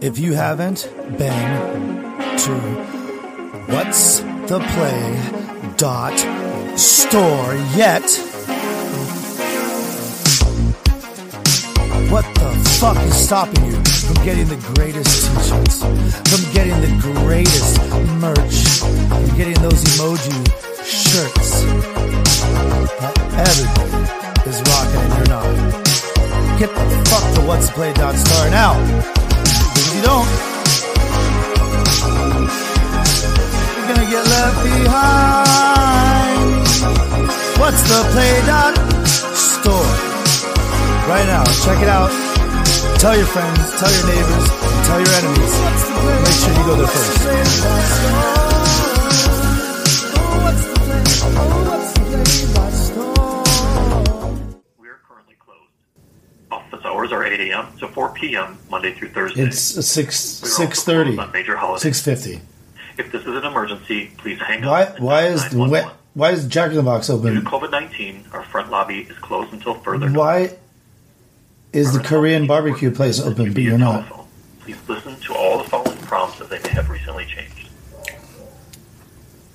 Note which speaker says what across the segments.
Speaker 1: If you haven't been to what's the play dot store yet, what the fuck is stopping you from getting the greatest t-shirts, from getting the greatest merch, from getting those emoji shirts that everybody is rocking and you're not? Get the fuck to what's the play dot store now. If you don't, you're gonna get left behind. What's the play dot store? Right now, check it out. Tell your friends, tell your neighbors, and tell your enemies. Make sure you go there first.
Speaker 2: We're currently closed. Office hours are 8 a.m. to 4 p.m. Monday through Thursday.
Speaker 3: It's six
Speaker 2: We are
Speaker 3: six
Speaker 2: also closed
Speaker 3: thirty,
Speaker 2: On major holidays.
Speaker 3: six fifty.
Speaker 2: If this is an emergency, please hang up.
Speaker 3: Why
Speaker 2: and
Speaker 3: why
Speaker 2: dial
Speaker 3: is the
Speaker 2: 911.
Speaker 3: why, why is Jack in the Box
Speaker 2: Due
Speaker 3: open?
Speaker 2: to COVID 19, our front lobby is closed until further.
Speaker 3: Why is the Korean barbecue place open but you're not?
Speaker 2: Telephone. Please listen to all the following prompts as they may have recently changed.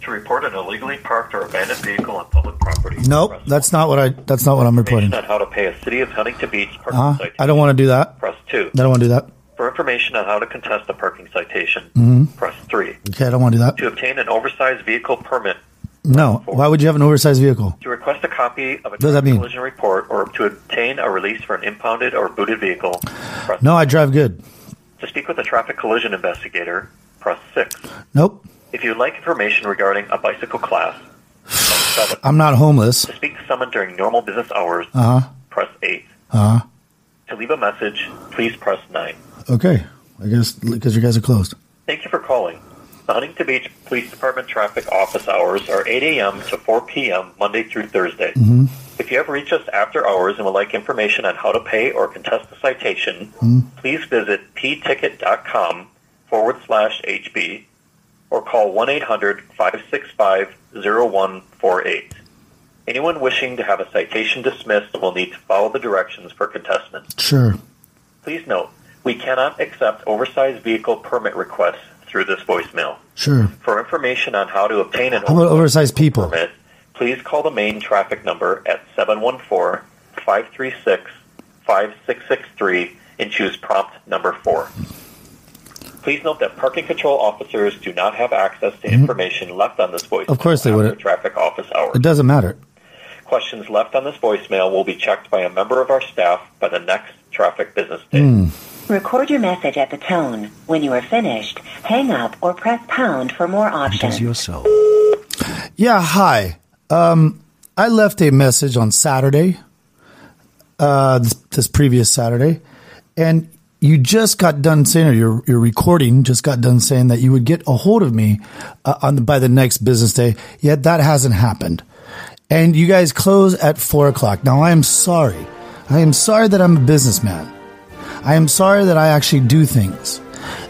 Speaker 2: To report an illegally parked or abandoned vehicle on public property.
Speaker 1: Nope,
Speaker 2: press
Speaker 1: that's not what I. That's not what I'm
Speaker 2: one.
Speaker 1: reporting.
Speaker 2: Information on how to pay a City of Huntington Beach parking
Speaker 3: Huh?
Speaker 2: citation.
Speaker 3: I don't want to do that.
Speaker 2: Press 2.
Speaker 3: I don't want to do that.
Speaker 2: For information on how to contest a parking citation,
Speaker 3: Mm-hmm.
Speaker 2: press 3.
Speaker 3: Okay, I don't want to do that.
Speaker 2: To obtain an oversized vehicle permit,
Speaker 3: No. Why would you have an oversized vehicle?
Speaker 2: to request a copy of a
Speaker 3: does that mean?
Speaker 2: collision report, or to obtain a release for an impounded or booted vehicle, press
Speaker 3: No, I drive good.
Speaker 2: To speak with a traffic collision investigator, press 6.
Speaker 3: Nope.
Speaker 2: If you'd like information regarding a bicycle class, press 7.
Speaker 3: I'm not homeless.
Speaker 2: To speak to someone during normal business hours,
Speaker 3: Uh-huh.
Speaker 2: press 8.
Speaker 3: Uh
Speaker 2: To leave a message, please press 9.
Speaker 3: Okay. I guess because you guys are closed.
Speaker 2: Thank you for calling. The Huntington Beach Police Department traffic office hours are 8 a.m. to 4 p.m. Monday through Thursday. If you have reached us after hours and would like information on how to pay or contest a citation, please visit pticket.com forward slash HB or call 1 800 565 0148. Anyone wishing to have a citation dismissed will need to follow the directions for contestment.
Speaker 3: Sure.
Speaker 2: Please note, we cannot accept oversized vehicle permit requests through this voicemail.
Speaker 3: Sure.
Speaker 2: For information on how to obtain an
Speaker 3: How about oversized people?
Speaker 2: permit, please call the main traffic number at 714-536-5663 and choose prompt number 4. Please note that parking control officers do not have access to information left on this voicemail
Speaker 3: Mm-hmm. Of course they
Speaker 2: after
Speaker 3: wouldn't.
Speaker 2: traffic office hours.
Speaker 3: It doesn't matter.
Speaker 2: Questions left on this voicemail will be checked by a member of our staff by the next traffic business day.
Speaker 3: Hmm.
Speaker 4: Record your message at the tone. When you are finished, hang up or press pound for more options.
Speaker 5: yourself.
Speaker 3: Yeah, hi. Um, I left a message on Saturday, uh, this, this previous Saturday, and you just got done saying, or your, your recording just got done saying that you would get a hold of me uh, on the, by the next business day. Yet that hasn't happened, and you guys close at four o'clock. Now I am sorry. I am sorry that I'm a businessman. I am sorry that I actually do things,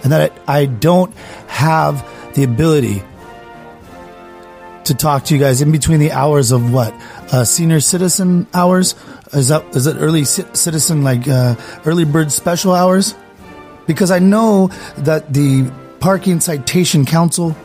Speaker 3: and that I, I don't have the ability to talk to you guys in between the hours of what uh, senior citizen hours is that is it early ci- citizen like uh, early bird special hours because I know that the parking citation council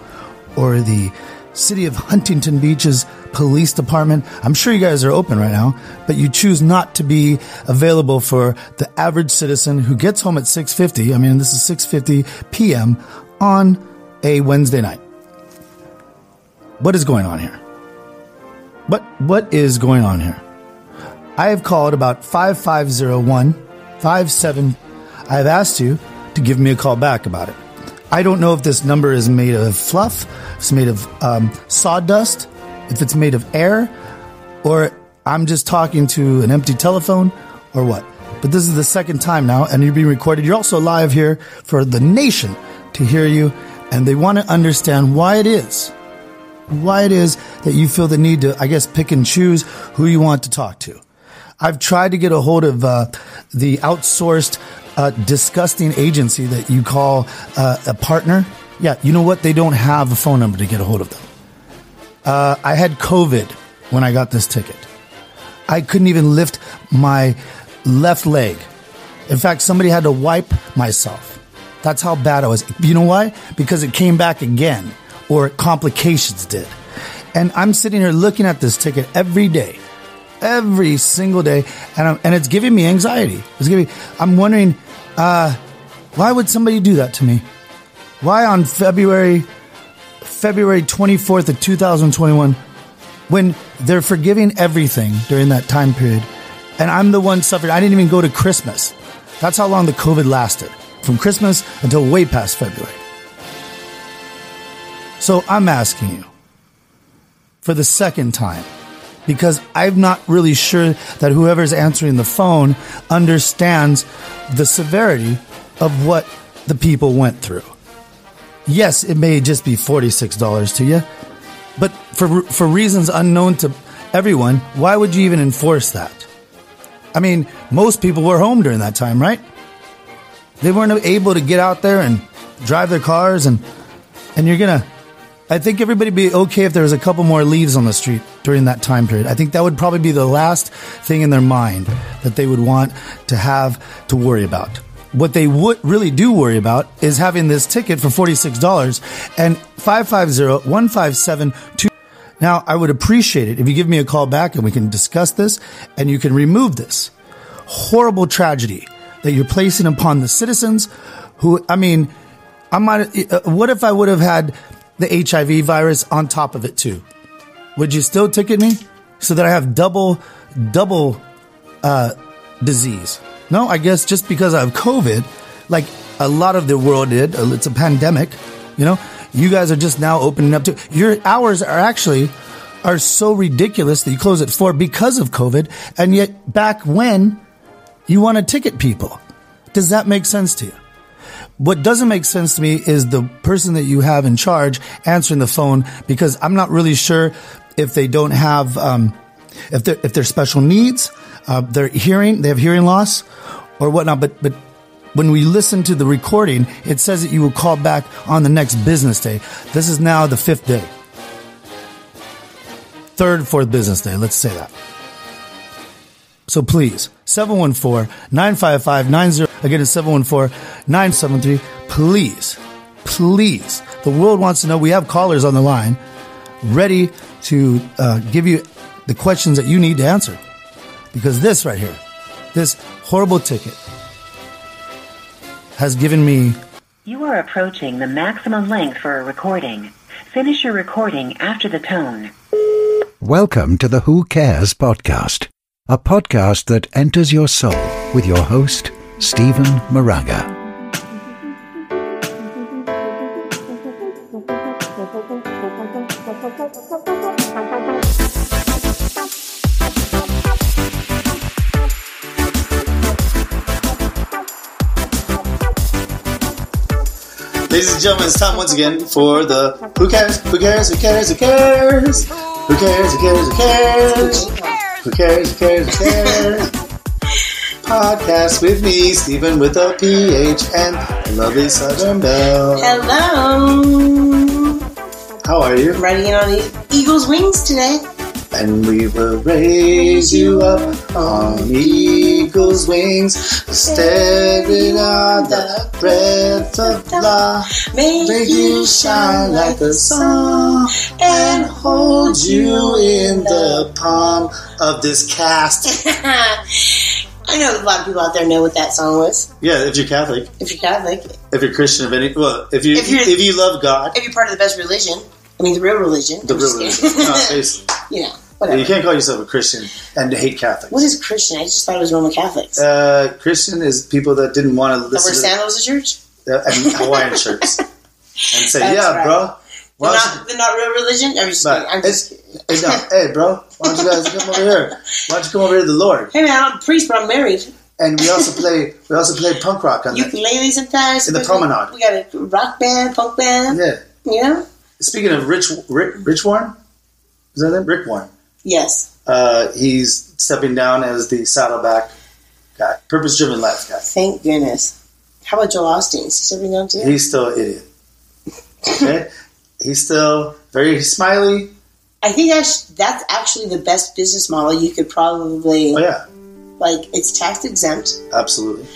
Speaker 3: or the city of Huntington Beach's police department I'm sure you guys are open right now but you choose not to be available for the average citizen who gets home at 6:50 I mean this is 6:50 p.m. on a Wednesday night what is going on here? What what is going on here? I have called about 5501 57 I've asked you to give me a call back about it. I don't know if this number is made of fluff, if it's made of um, sawdust, if it's made of air, or I'm just talking to an empty telephone or what. But this is the second time now, and you're being recorded. You're also live here for the nation to hear you, and they want to understand why it is why it is that you feel the need to, I guess, pick and choose who you want to talk to. I've tried to get a hold of uh, the outsourced, uh, disgusting agency that you call uh, a partner. Yeah, you know what? They don't have a phone number to get a hold of them. Uh, I had COVID when I got this ticket. I couldn't even lift my left leg. In fact, somebody had to wipe myself. That's how bad I was. You know why? Because it came back again, or complications did. And I'm sitting here looking at this ticket every day, every single day, and I'm, and it's giving me anxiety. It's giving. I'm wondering, uh, why would somebody do that to me? Why on February February 24th of 2021 when they're forgiving everything during that time period and I'm the one suffering. I didn't even go to Christmas. That's how long the COVID lasted from Christmas until way past February. So I'm asking you for the second time because I'm not really sure that whoever's answering the phone understands the severity of what the people went through. Yes, it may just be $46 to you, but for, for reasons unknown to everyone, why would you even enforce that? I mean, most people were home during that time, right? They weren't able to get out there and drive their cars and, and you're gonna, I think everybody be okay if there was a couple more leaves on the street during that time period. I think that would probably be the last thing in their mind that they would want to have to worry about what they would really do worry about is having this ticket for $46 and 550-157-2. Now, I would appreciate it if you give me a call back and we can discuss this and you can remove this horrible tragedy that you're placing upon the citizens who, I mean, I might, uh, what if I would have had the HIV virus on top of it too? Would you still ticket me so that I have double, double, uh, disease? No, I guess just because I have COVID, like a lot of the world did, uh, it's a pandemic, you know, you guys are just now opening up to your hours are actually are so ridiculous that you close at four because of COVID. And yet back when you want to ticket people, does that make sense to you? What doesn't make sense to me is the person that you have in charge answering the phone because I'm not really sure if they don't have, um, if they're, if they're special needs, uh, they're hearing, they have hearing loss or whatnot. But, but when we listen to the recording, it says that you will call back on the next business day. This is now the fifth day, third, fourth business day. Let's say that. So please, 714-955-90. Again, it's 714-973. Please, please. The world wants to know. We have callers on the line ready to uh, give you the questions that you need to answer. Because this right here, this horrible ticket, has given me.
Speaker 4: You are approaching the maximum length for a recording. Finish your recording after the tone.
Speaker 5: Welcome to the Who Cares podcast, a podcast that enters your soul with your host, Stephen Moraga.
Speaker 3: Ladies and gentlemen, it's time once again for the Who Cares? Who Cares? Who Cares? Who Cares? Who Cares? Who Cares? Who Cares? Who Cares? Who Cares? Who Cares? Podcast with me, Stephen with a PH, and the lovely Southern Belle.
Speaker 6: Hello.
Speaker 3: How are you?
Speaker 6: Riding in on the eagle's wings today.
Speaker 3: And we will raise you up on eagle's wings, standing on the breath of life.
Speaker 6: Make,
Speaker 3: Make you shine like the sun and hold you in the palm of this cast.
Speaker 6: I know a lot of people out there know what that song was.
Speaker 3: Yeah, if you're Catholic,
Speaker 6: If you're Catholic,
Speaker 3: if you're Christian of any, well, if you if,
Speaker 6: If you're-
Speaker 3: you love God,
Speaker 6: if you're part of the best religion, I mean the real religion.
Speaker 3: the
Speaker 6: I'm
Speaker 3: real
Speaker 6: just
Speaker 3: religion.
Speaker 6: kidding.
Speaker 3: No, it's-
Speaker 6: you know,
Speaker 3: you
Speaker 6: whatever.
Speaker 3: can't call yourself a Christian and hate Catholics.
Speaker 6: What is Christian? I just thought it was Roman Catholics.
Speaker 3: Uh, Christian is people that didn't want to
Speaker 6: that wear
Speaker 3: listen
Speaker 6: sandals to church?
Speaker 3: to uh, and Hawaiian shirts and say,
Speaker 6: That's
Speaker 3: "Yeah,
Speaker 6: right.
Speaker 3: bro,
Speaker 6: They're
Speaker 3: why don't you
Speaker 6: not, they're not real religion? I'm just
Speaker 3: But
Speaker 6: kidding. I'm just kidding.
Speaker 3: Hey, no, hey, bro, why don't you guys come over here? Why don't you come over here to the Lord?
Speaker 6: Hey man, I'm a priest, but I'm married.
Speaker 3: And we also play, we also play punk rock on that.
Speaker 6: Ukulele sometimes.
Speaker 3: In the promenade.
Speaker 6: We got a rock band, punk band.
Speaker 3: Yeah.
Speaker 6: You know?
Speaker 3: Speaking of Rich, Rick, Rich Warren, is that him? Rick Warren.
Speaker 6: Yes.
Speaker 3: Uh, he's stepping down as the Saddleback guy, Purpose Driven Life guy.
Speaker 6: Thank goodness. How about Joel Austin? Is he stepping down too?
Speaker 3: He's still an idiot. Okay, he's still very smiley.
Speaker 6: I think that's that's actually the best business model you could probably
Speaker 3: Oh yeah,
Speaker 6: like. It's tax exempt.
Speaker 3: absolutely.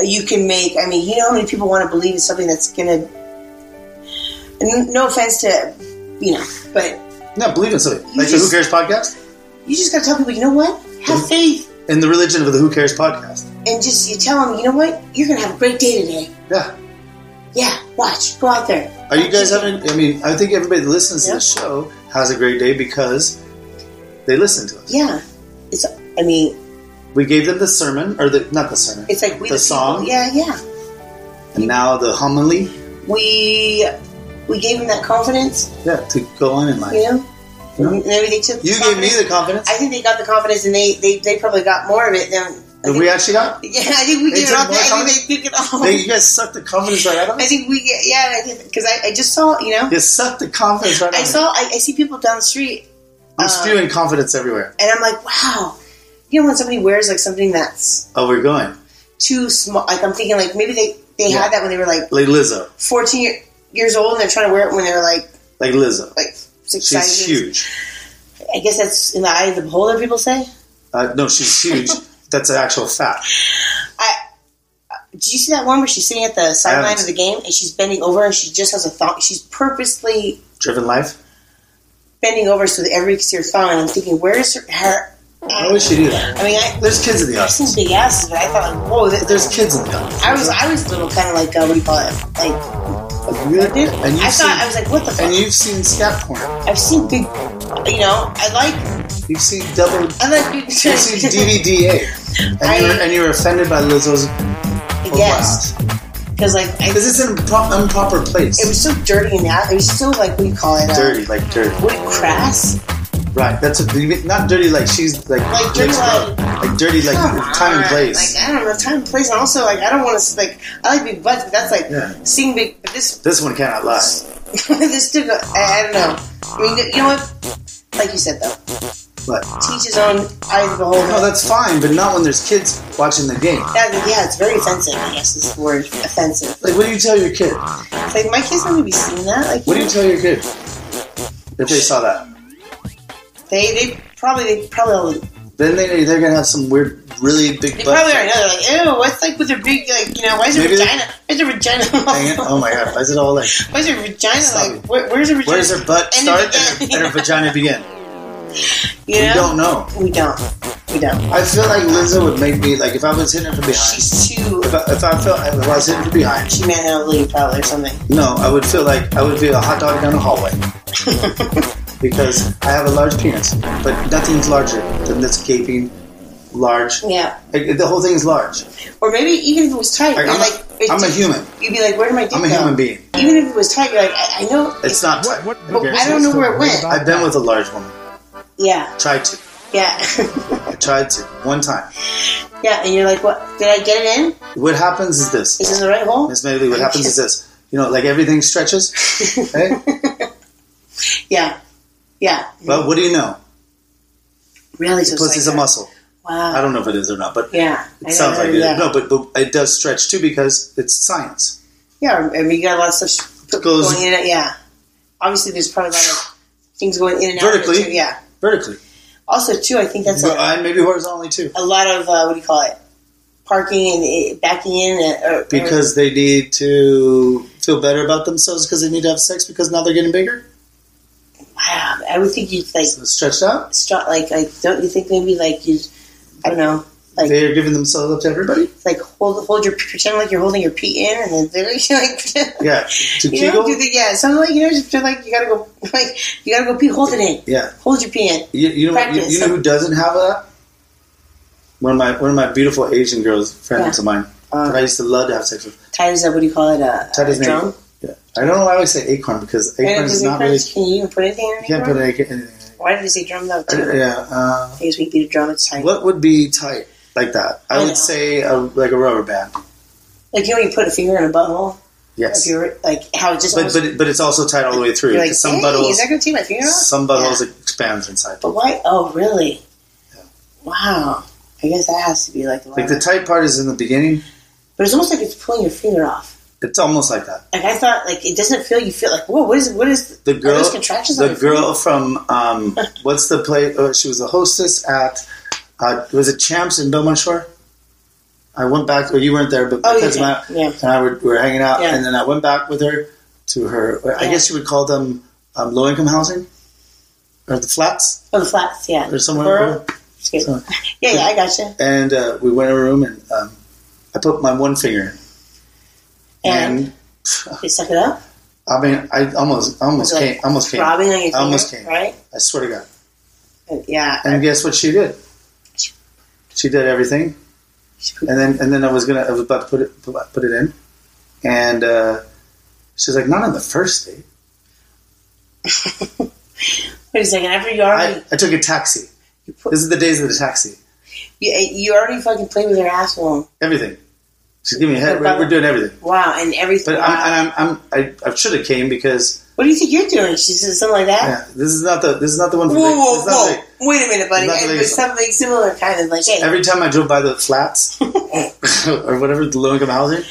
Speaker 6: you can make. I mean, you know how many people want to believe in something that's going to. No offense to, you know, but
Speaker 7: No, believe in something.
Speaker 6: You
Speaker 7: Like the Who
Speaker 6: just-
Speaker 7: Cares podcast
Speaker 6: you just got to tell people, you know what? Have faith.
Speaker 7: and the religion of the Who Cares podcast.
Speaker 6: And just you tell them, you know what? You're going to have a great day today.
Speaker 7: Yeah.
Speaker 6: Yeah, watch. Go out there.
Speaker 7: Are you guys having? I mean, I think everybody that listens to
Speaker 6: Yeah.
Speaker 7: the show has a great day because they listen to us.
Speaker 6: Yeah. It's, I mean,
Speaker 7: We gave them the sermon, or the not the sermon.
Speaker 6: it's like we
Speaker 7: the
Speaker 6: people-
Speaker 7: song,
Speaker 6: Yeah, yeah.
Speaker 7: and now the homily.
Speaker 6: We we gave them that confidence,
Speaker 7: Yeah, to go on in life.
Speaker 6: you know?
Speaker 7: Yeah.
Speaker 6: And then they took
Speaker 7: You gave me the confidence
Speaker 6: I think they got the confidence, and they, they, they probably got more of it than. I
Speaker 7: that
Speaker 6: think-
Speaker 7: we actually got.
Speaker 6: yeah, I think we
Speaker 7: They
Speaker 6: gave it
Speaker 7: took
Speaker 6: all.
Speaker 7: more
Speaker 6: I
Speaker 7: confidence?
Speaker 6: think they took it all.
Speaker 7: They, you guys sucked the confidence right out of
Speaker 6: I
Speaker 7: us.
Speaker 6: think we get yeah, because I, I just saw you know
Speaker 7: You sucked the confidence right out
Speaker 6: I
Speaker 7: of us.
Speaker 6: saw I, I see people down the street
Speaker 7: I'm
Speaker 6: uh,
Speaker 7: spewing confidence everywhere.
Speaker 6: and I'm like wow, you know when somebody wears like something that's
Speaker 7: Oh, we're going.
Speaker 6: too small like I'm thinking like maybe they they
Speaker 7: Yeah.
Speaker 6: had that when they were like
Speaker 7: Like Lizzo.
Speaker 6: 14 year, years old and they're trying to wear it when they're like
Speaker 7: Like Lizzo.
Speaker 6: like six
Speaker 7: She's
Speaker 6: sizes.
Speaker 7: huge.
Speaker 6: I guess that's in the eye of the beholder. People say
Speaker 7: Uh, no, she's huge. That's an actual fact.
Speaker 6: I. Did you see that one where she's sitting at the sideline
Speaker 7: haven't
Speaker 6: of the game and she's bending over and she just has a thong? She's purposely
Speaker 7: Driven life.
Speaker 6: bending over so that everybody can see her thumb, and I'm thinking, where is her? her
Speaker 7: Why would she do that?
Speaker 6: I mean, I,
Speaker 7: There's kids in the
Speaker 6: I've seen
Speaker 7: audience.
Speaker 6: big asses, but I thought, like, whoa, th-
Speaker 7: There's
Speaker 6: there's.
Speaker 7: kids in the audience.
Speaker 6: I was, I was a little kind of like, uh, what do you call it? Like,
Speaker 7: Like, really?
Speaker 6: dude,
Speaker 7: And you've
Speaker 6: I
Speaker 7: seen,
Speaker 6: thought I was like, what the fuck?
Speaker 7: and you've seen scat porn.
Speaker 6: I've seen big, you know, I like,
Speaker 7: You've seen double.
Speaker 6: I like big.
Speaker 7: You've seen DVDA. And,
Speaker 6: I-
Speaker 7: you were, and you were offended by Lizzo's
Speaker 6: yes, because like, I,
Speaker 7: Because it's in an impro- improper place.
Speaker 6: it was so dirty and that it was so like, what do you call it? Uh,
Speaker 7: dirty, like dirty.
Speaker 6: What crass?
Speaker 7: Right. That's what you mean. Not dirty like she's like
Speaker 6: Like dirty
Speaker 7: mixed up. like dirty like
Speaker 6: Come
Speaker 7: time and
Speaker 6: on.
Speaker 7: place.
Speaker 6: Like I don't know time and place, and also like I don't want to like I like big butts, but that's like
Speaker 7: Yeah.
Speaker 6: seeing big. But this
Speaker 7: this one cannot lie.
Speaker 6: this took a, I, I don't know. I mean, you know what? Like you said, though,
Speaker 7: But oh,
Speaker 6: teach his own eye of the beholder.
Speaker 7: no, that's fine. But not when there's kids watching the game.
Speaker 6: That- yeah, it's very offensive. I guess is the word offensive.
Speaker 7: Like, what do you tell your kid?
Speaker 6: It's like my kids don't gonna be seeing that. Like,
Speaker 7: What do you tell your kid if they saw that?
Speaker 6: they they probably they probably all, they
Speaker 7: Then they they're gonna have some weird, really big. butt
Speaker 6: probably already
Speaker 7: thing.
Speaker 6: know. They're like, ew, what's like with their big like you know why is her
Speaker 7: Maybe they-
Speaker 6: vagina? Why is her vagina?
Speaker 7: Dang it. Oh my god! Why is it all like?
Speaker 6: Why is her vagina
Speaker 7: Stop
Speaker 6: like?
Speaker 7: it.
Speaker 6: Where, where's her vagina?
Speaker 7: Where does her butt
Speaker 6: End
Speaker 7: start
Speaker 6: of the
Speaker 7: and
Speaker 6: day.
Speaker 7: her, and her vagina begin?
Speaker 6: You
Speaker 7: We
Speaker 6: know?
Speaker 7: don't know.
Speaker 6: We don't. We don't.
Speaker 7: I feel like Lizzo would make me like if I was hitting her from behind.
Speaker 6: She's too.
Speaker 7: If I, if I felt if I was hitting from behind,
Speaker 6: She manhandled you probably or something.
Speaker 7: no, I would feel like I would be a hot dog down the hallway because I have a large penis, but nothing's larger than this gaping, large.
Speaker 6: Yeah.
Speaker 7: Like, the whole thing's large.
Speaker 6: Or maybe even if it was tight,
Speaker 7: Like,
Speaker 6: you're
Speaker 7: I'm,
Speaker 6: like,
Speaker 7: a, I'm a human.
Speaker 6: You'd be like, where did my dick
Speaker 7: I'm a
Speaker 6: go?
Speaker 7: human being.
Speaker 6: Even if it was tight, you're like, I, I know.
Speaker 7: It's not. tight.
Speaker 6: But I don't know where it went.
Speaker 7: I've been with a large woman.
Speaker 6: Yeah,
Speaker 7: Tried to.
Speaker 6: yeah,
Speaker 7: I tried to one time.
Speaker 6: yeah. And you're like, what? Did I get it in?
Speaker 7: What happens is this.
Speaker 6: Is this the right hole?
Speaker 7: Miss Mabley, what happens is this. You know, like everything stretches. Okay?
Speaker 6: Yeah, yeah.
Speaker 7: Well, what do you know?
Speaker 6: really? So it's
Speaker 7: Pussy's
Speaker 6: like
Speaker 7: a
Speaker 6: that.
Speaker 7: muscle.
Speaker 6: Wow.
Speaker 7: I don't know if it is or not, but
Speaker 6: yeah. I
Speaker 7: it sounds
Speaker 6: don't
Speaker 7: like
Speaker 6: know,
Speaker 7: it.
Speaker 6: yeah.
Speaker 7: No, but, but it does stretch too because it's science.
Speaker 6: Yeah, I mean, you got a lot of stuff
Speaker 7: It goes-
Speaker 6: going in. And, yeah. Obviously, there's probably a lot of things going in and out. of it,
Speaker 7: Vertically.
Speaker 6: too, Yeah.
Speaker 7: Vertically.
Speaker 6: Also, too, I think that's
Speaker 7: But,
Speaker 6: a,
Speaker 7: and maybe horizontally too.
Speaker 6: a lot of uh, what do you call it? Parking and uh, backing in. Uh, or,
Speaker 7: Because they need to feel better about themselves because they need to have sex because now they're getting bigger.
Speaker 6: wow, I would think you'd like
Speaker 7: So it's stretched out.
Speaker 6: start like like don't you think maybe like you I don't know like
Speaker 7: They are giving themselves up to everybody.
Speaker 6: like hold hold your pretend like you're holding your pee in and then they're like
Speaker 7: Yeah. To
Speaker 6: you know
Speaker 7: Kegel.
Speaker 6: do the yeah something like you know just feel like you gotta go like you gotta go pee hold it in
Speaker 7: Yeah.
Speaker 6: hold your pee in
Speaker 7: You, you know, what- you, you know who doesn't have that? One of my one of my beautiful Asian girls, friends of mine,
Speaker 6: Uh,
Speaker 7: that I used to love to have sex with.
Speaker 6: tight as a what do you call it a,
Speaker 7: Tied
Speaker 6: a
Speaker 7: his name.
Speaker 6: drum
Speaker 7: Yeah. I don't know why I always say acorn because
Speaker 6: And
Speaker 7: acorn
Speaker 6: does
Speaker 7: is
Speaker 6: it
Speaker 7: not
Speaker 6: count?
Speaker 7: really.
Speaker 6: can you even put anything in
Speaker 7: You
Speaker 6: it
Speaker 7: can't put an acorn.
Speaker 6: why did you say drum though too?
Speaker 7: Yeah. Uh,
Speaker 6: I guess we beat a drum it's tight
Speaker 7: what would be tight like that? I
Speaker 6: I
Speaker 7: would
Speaker 6: know.
Speaker 7: say a, like a rubber band.
Speaker 6: like you know when you put a finger in a butthole if
Speaker 7: Yes.
Speaker 6: you're like how it just
Speaker 7: But
Speaker 6: almost-
Speaker 7: but it- but it's also tight all the way through.
Speaker 6: you're like
Speaker 7: because some
Speaker 6: hey,
Speaker 7: buttholes
Speaker 6: is that gonna take my finger off
Speaker 7: some
Speaker 6: Yeah.
Speaker 7: buttholes expands inside.
Speaker 6: But why? Oh, really? Wow. I guess that has to be like the,
Speaker 7: Like the tight part is in the beginning.
Speaker 6: But it's almost like it's pulling your finger off.
Speaker 7: It's almost like that.
Speaker 6: Like I thought, like it doesn't feel. You feel like whoa. What is? What is?
Speaker 7: The
Speaker 6: are
Speaker 7: girl,
Speaker 6: those contractions on
Speaker 7: the
Speaker 6: your finger?
Speaker 7: girl from um, what's the play? Uh, she was the hostess at uh, was it Champs in Belmont Shore? I went back. Well, you weren't there, but
Speaker 6: Oh,
Speaker 7: my
Speaker 6: yeah,
Speaker 7: kids and I-
Speaker 6: yeah.
Speaker 7: and I were, we were hanging out,
Speaker 6: Yeah.
Speaker 7: and then I went back with her to her. I
Speaker 6: Yeah.
Speaker 7: guess you would call them um, low income housing or the flats
Speaker 6: Oh, the flats, yeah.
Speaker 7: or somewhere.
Speaker 6: Borough? Excuse me. Yeah, yeah, I gotcha.
Speaker 7: And uh, we went in a room, and um, I put my one finger,
Speaker 6: And,
Speaker 7: and Oh.
Speaker 6: you suck it up.
Speaker 7: I mean, I almost, almost
Speaker 6: Was it
Speaker 7: came, almost came.
Speaker 6: Robbing on your
Speaker 7: I almost
Speaker 6: finger,
Speaker 7: came.
Speaker 6: Right?
Speaker 7: I swear to God.
Speaker 6: And, yeah.
Speaker 7: And guess what she did? She did everything, and then and then I was gonna I was about to put it put it in, and uh, she's like, "Not on the first date."
Speaker 6: Wait a second. After you already
Speaker 7: I, I took a taxi. This is the days of the taxi.
Speaker 6: you, you already fucking played with her asshole.
Speaker 7: Everything. She's giving me a head. We're, we're doing everything.
Speaker 6: Wow, and everything.
Speaker 7: But I'm, and I'm, I'm I, I should have came because
Speaker 6: what do you think you're doing? She said something like that.
Speaker 7: yeah, this is not the this is not the one. For
Speaker 6: Whoa,
Speaker 7: the,
Speaker 6: whoa,
Speaker 7: it's not
Speaker 6: whoa!
Speaker 7: the-
Speaker 6: Wait a minute, buddy.
Speaker 7: It's not
Speaker 6: And
Speaker 7: the
Speaker 6: there's
Speaker 7: biggest one.
Speaker 6: something similar, kind of like, hey,
Speaker 7: every time I drove by the flats or whatever the low income housing,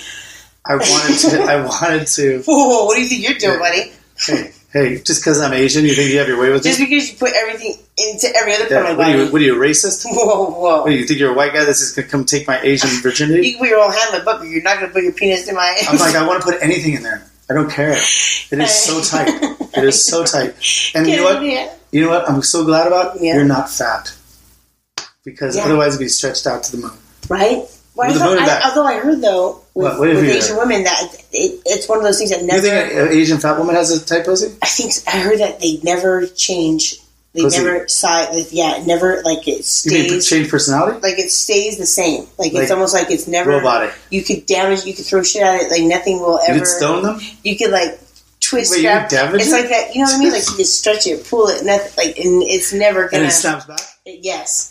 Speaker 7: I wanted to. I wanted to.
Speaker 6: whoa, whoa, what do you think you're doing,
Speaker 7: Yeah.
Speaker 6: buddy?
Speaker 7: Hey, hey, just because I'm Asian, you think you have your way with
Speaker 6: Just
Speaker 7: me?
Speaker 6: because you put everything into every other part
Speaker 7: Yeah,
Speaker 6: of
Speaker 7: what,
Speaker 6: my
Speaker 7: are
Speaker 6: body.
Speaker 7: you, what are you a racist?
Speaker 6: whoa, whoa!
Speaker 7: What, you think you're a white guy that's just gonna come take my Asian
Speaker 6: You
Speaker 7: virginity?
Speaker 6: can put your own hand in my butt, but you're not going to put your penis in my.
Speaker 7: I'm like, I want to put anything in there. I don't care. It is so tight. It is so tight. And you
Speaker 6: Get
Speaker 7: know
Speaker 6: out of
Speaker 7: what?
Speaker 6: here.
Speaker 7: You know what? I'm so glad about.
Speaker 6: Yeah.
Speaker 7: You're not fat, because
Speaker 6: Yeah.
Speaker 7: otherwise it'd be stretched out to the moon.
Speaker 6: Right? Well, I
Speaker 7: With the
Speaker 6: thought,
Speaker 7: motor back.
Speaker 6: I, although I heard though with,
Speaker 7: What- what have
Speaker 6: with
Speaker 7: you
Speaker 6: Asian
Speaker 7: heard?
Speaker 6: women that it, it's one of those things that
Speaker 7: You
Speaker 6: never.
Speaker 7: think an Asian fat woman has a tight pussy?
Speaker 6: I think I heard that they never change. They
Speaker 7: Pussy.
Speaker 6: never size. Yeah, it never like it
Speaker 7: You mean
Speaker 6: stays.
Speaker 7: change personality?
Speaker 6: Like it stays the same. Like,
Speaker 7: Like
Speaker 6: it's almost like it's never.
Speaker 7: robotic.
Speaker 6: You could damage. You could throw shit at it. Like nothing will
Speaker 7: You
Speaker 6: ever.
Speaker 7: could stone them.
Speaker 6: You could like twist.
Speaker 7: Wait, you
Speaker 6: strap-
Speaker 7: could damage
Speaker 6: It's
Speaker 7: it?
Speaker 6: like that. You know what I mean? Like you could stretch it, pull it, nothing. Like and it's never gonna.
Speaker 7: and it snaps back.
Speaker 6: yes.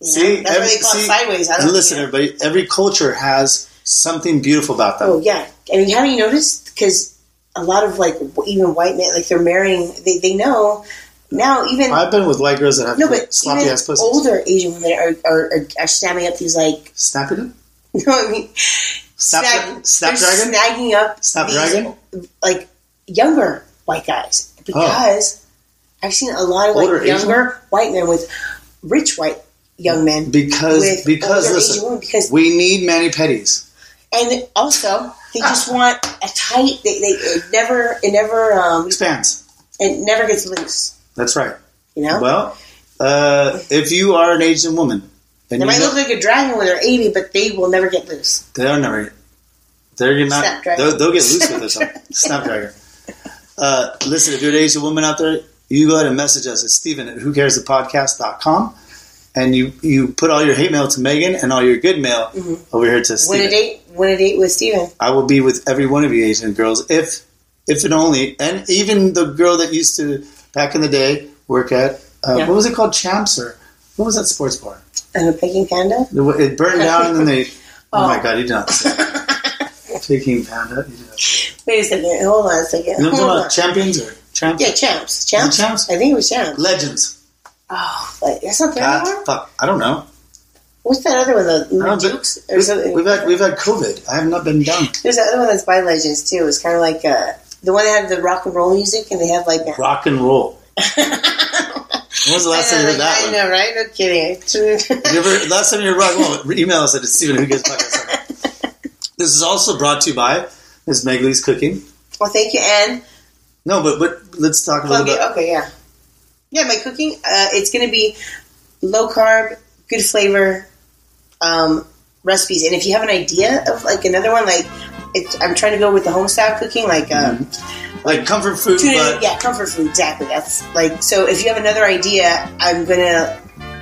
Speaker 6: You
Speaker 7: See,
Speaker 6: know? that's
Speaker 7: every-
Speaker 6: why they call it
Speaker 7: see,
Speaker 6: sideways. I don't
Speaker 7: And listen,
Speaker 6: care.
Speaker 7: everybody, every culture has something beautiful about them.
Speaker 6: Oh yeah, I mean, haven't you noticed? Because a lot of like w- even white men, like they're marrying. They, they know now. Even
Speaker 7: I've been with white girls that have
Speaker 6: no, but
Speaker 7: sloppy
Speaker 6: even
Speaker 7: ass pussies.
Speaker 6: older Asian women are are, are, are snapping up these like.
Speaker 7: Snapping them?
Speaker 6: You know what I mean?
Speaker 7: Snap,
Speaker 6: Snag-
Speaker 7: Snapdragon?
Speaker 6: They're snagging up
Speaker 7: Snapdragon?
Speaker 6: these, like younger white guys because I've seen a lot of like
Speaker 7: Older Asian?
Speaker 6: younger white men with rich white young men
Speaker 7: Because
Speaker 6: with
Speaker 7: because
Speaker 6: older
Speaker 7: listen,
Speaker 6: Asian women because
Speaker 7: we need mani pedis.
Speaker 6: and also they just want a tight. They, they it never it never um
Speaker 7: Expands.
Speaker 6: it never gets loose.
Speaker 7: That's right.
Speaker 6: You know,
Speaker 7: Well, uh, if you are an Asian woman, and
Speaker 6: they
Speaker 7: you
Speaker 6: might
Speaker 7: know-
Speaker 6: look like a dragon when they're eighty, but they will never get loose.
Speaker 7: they're never. They're not.
Speaker 6: Snapdragon.
Speaker 7: They'll, they'll get loose with this one. Snapdragon. Uh, listen, if you're an Asian woman out there, you go ahead and message us at Stephen at who cares the podcast.com. And you, you put all your hate mail to Megan and all your good mail
Speaker 6: Mm-hmm.
Speaker 7: over here to
Speaker 6: Win a
Speaker 7: Steven.
Speaker 6: date, win a date with Steven.
Speaker 7: I will be with every one of you Asian girls, if if and only, and even the girl that used to back in the day work at uh,
Speaker 6: Yeah.
Speaker 7: what was it called, Champs or what was that sports bar?
Speaker 6: And a picking panda.
Speaker 7: The wa- It burned down, and then they. Oh, my
Speaker 6: Oh.
Speaker 7: God, you did not say that. Taking panda. You did not say
Speaker 6: Wait a second, hold on a second.
Speaker 7: that. No,
Speaker 6: hold
Speaker 7: no, no,
Speaker 6: on.
Speaker 7: champions or champs?
Speaker 6: Yeah, champs, champs.
Speaker 7: Is it Champs?
Speaker 6: I think it was champs.
Speaker 7: Legends.
Speaker 6: Oh, but that's not there
Speaker 7: God,
Speaker 6: anymore.
Speaker 7: fuck. I don't know.
Speaker 6: What's that other one
Speaker 7: I
Speaker 6: though?
Speaker 7: don't know,
Speaker 6: Dukes
Speaker 7: but
Speaker 6: or something.
Speaker 7: we've, we've had we've had COVID. I have not been down.
Speaker 6: There's that other one that's by Legends too. It's kind of like uh, the one that had the rock and roll music, and they have like. a-
Speaker 7: Rock and roll. When was the last time you
Speaker 6: I know,
Speaker 7: heard that
Speaker 6: I
Speaker 7: one?
Speaker 6: know, right? No kidding.
Speaker 7: You ever, last time you were rock and roll, email us at Stephen Who Gives Podcast. This is also brought to you by Ms. Megley's Cooking.
Speaker 6: Well, thank you, Anne.
Speaker 7: No, but, but let's talk a little
Speaker 6: Okay,
Speaker 7: bit.
Speaker 6: okay, yeah, yeah. My cooking, uh, it's going to be low carb, good flavor um, recipes. And if you have an idea of like another one, like it's, I'm trying to go with the home style cooking, like um,
Speaker 7: Like comfort food,
Speaker 6: tuna,
Speaker 7: but
Speaker 6: yeah, comfort food. Exactly. That's like so. If you have another idea, I'm gonna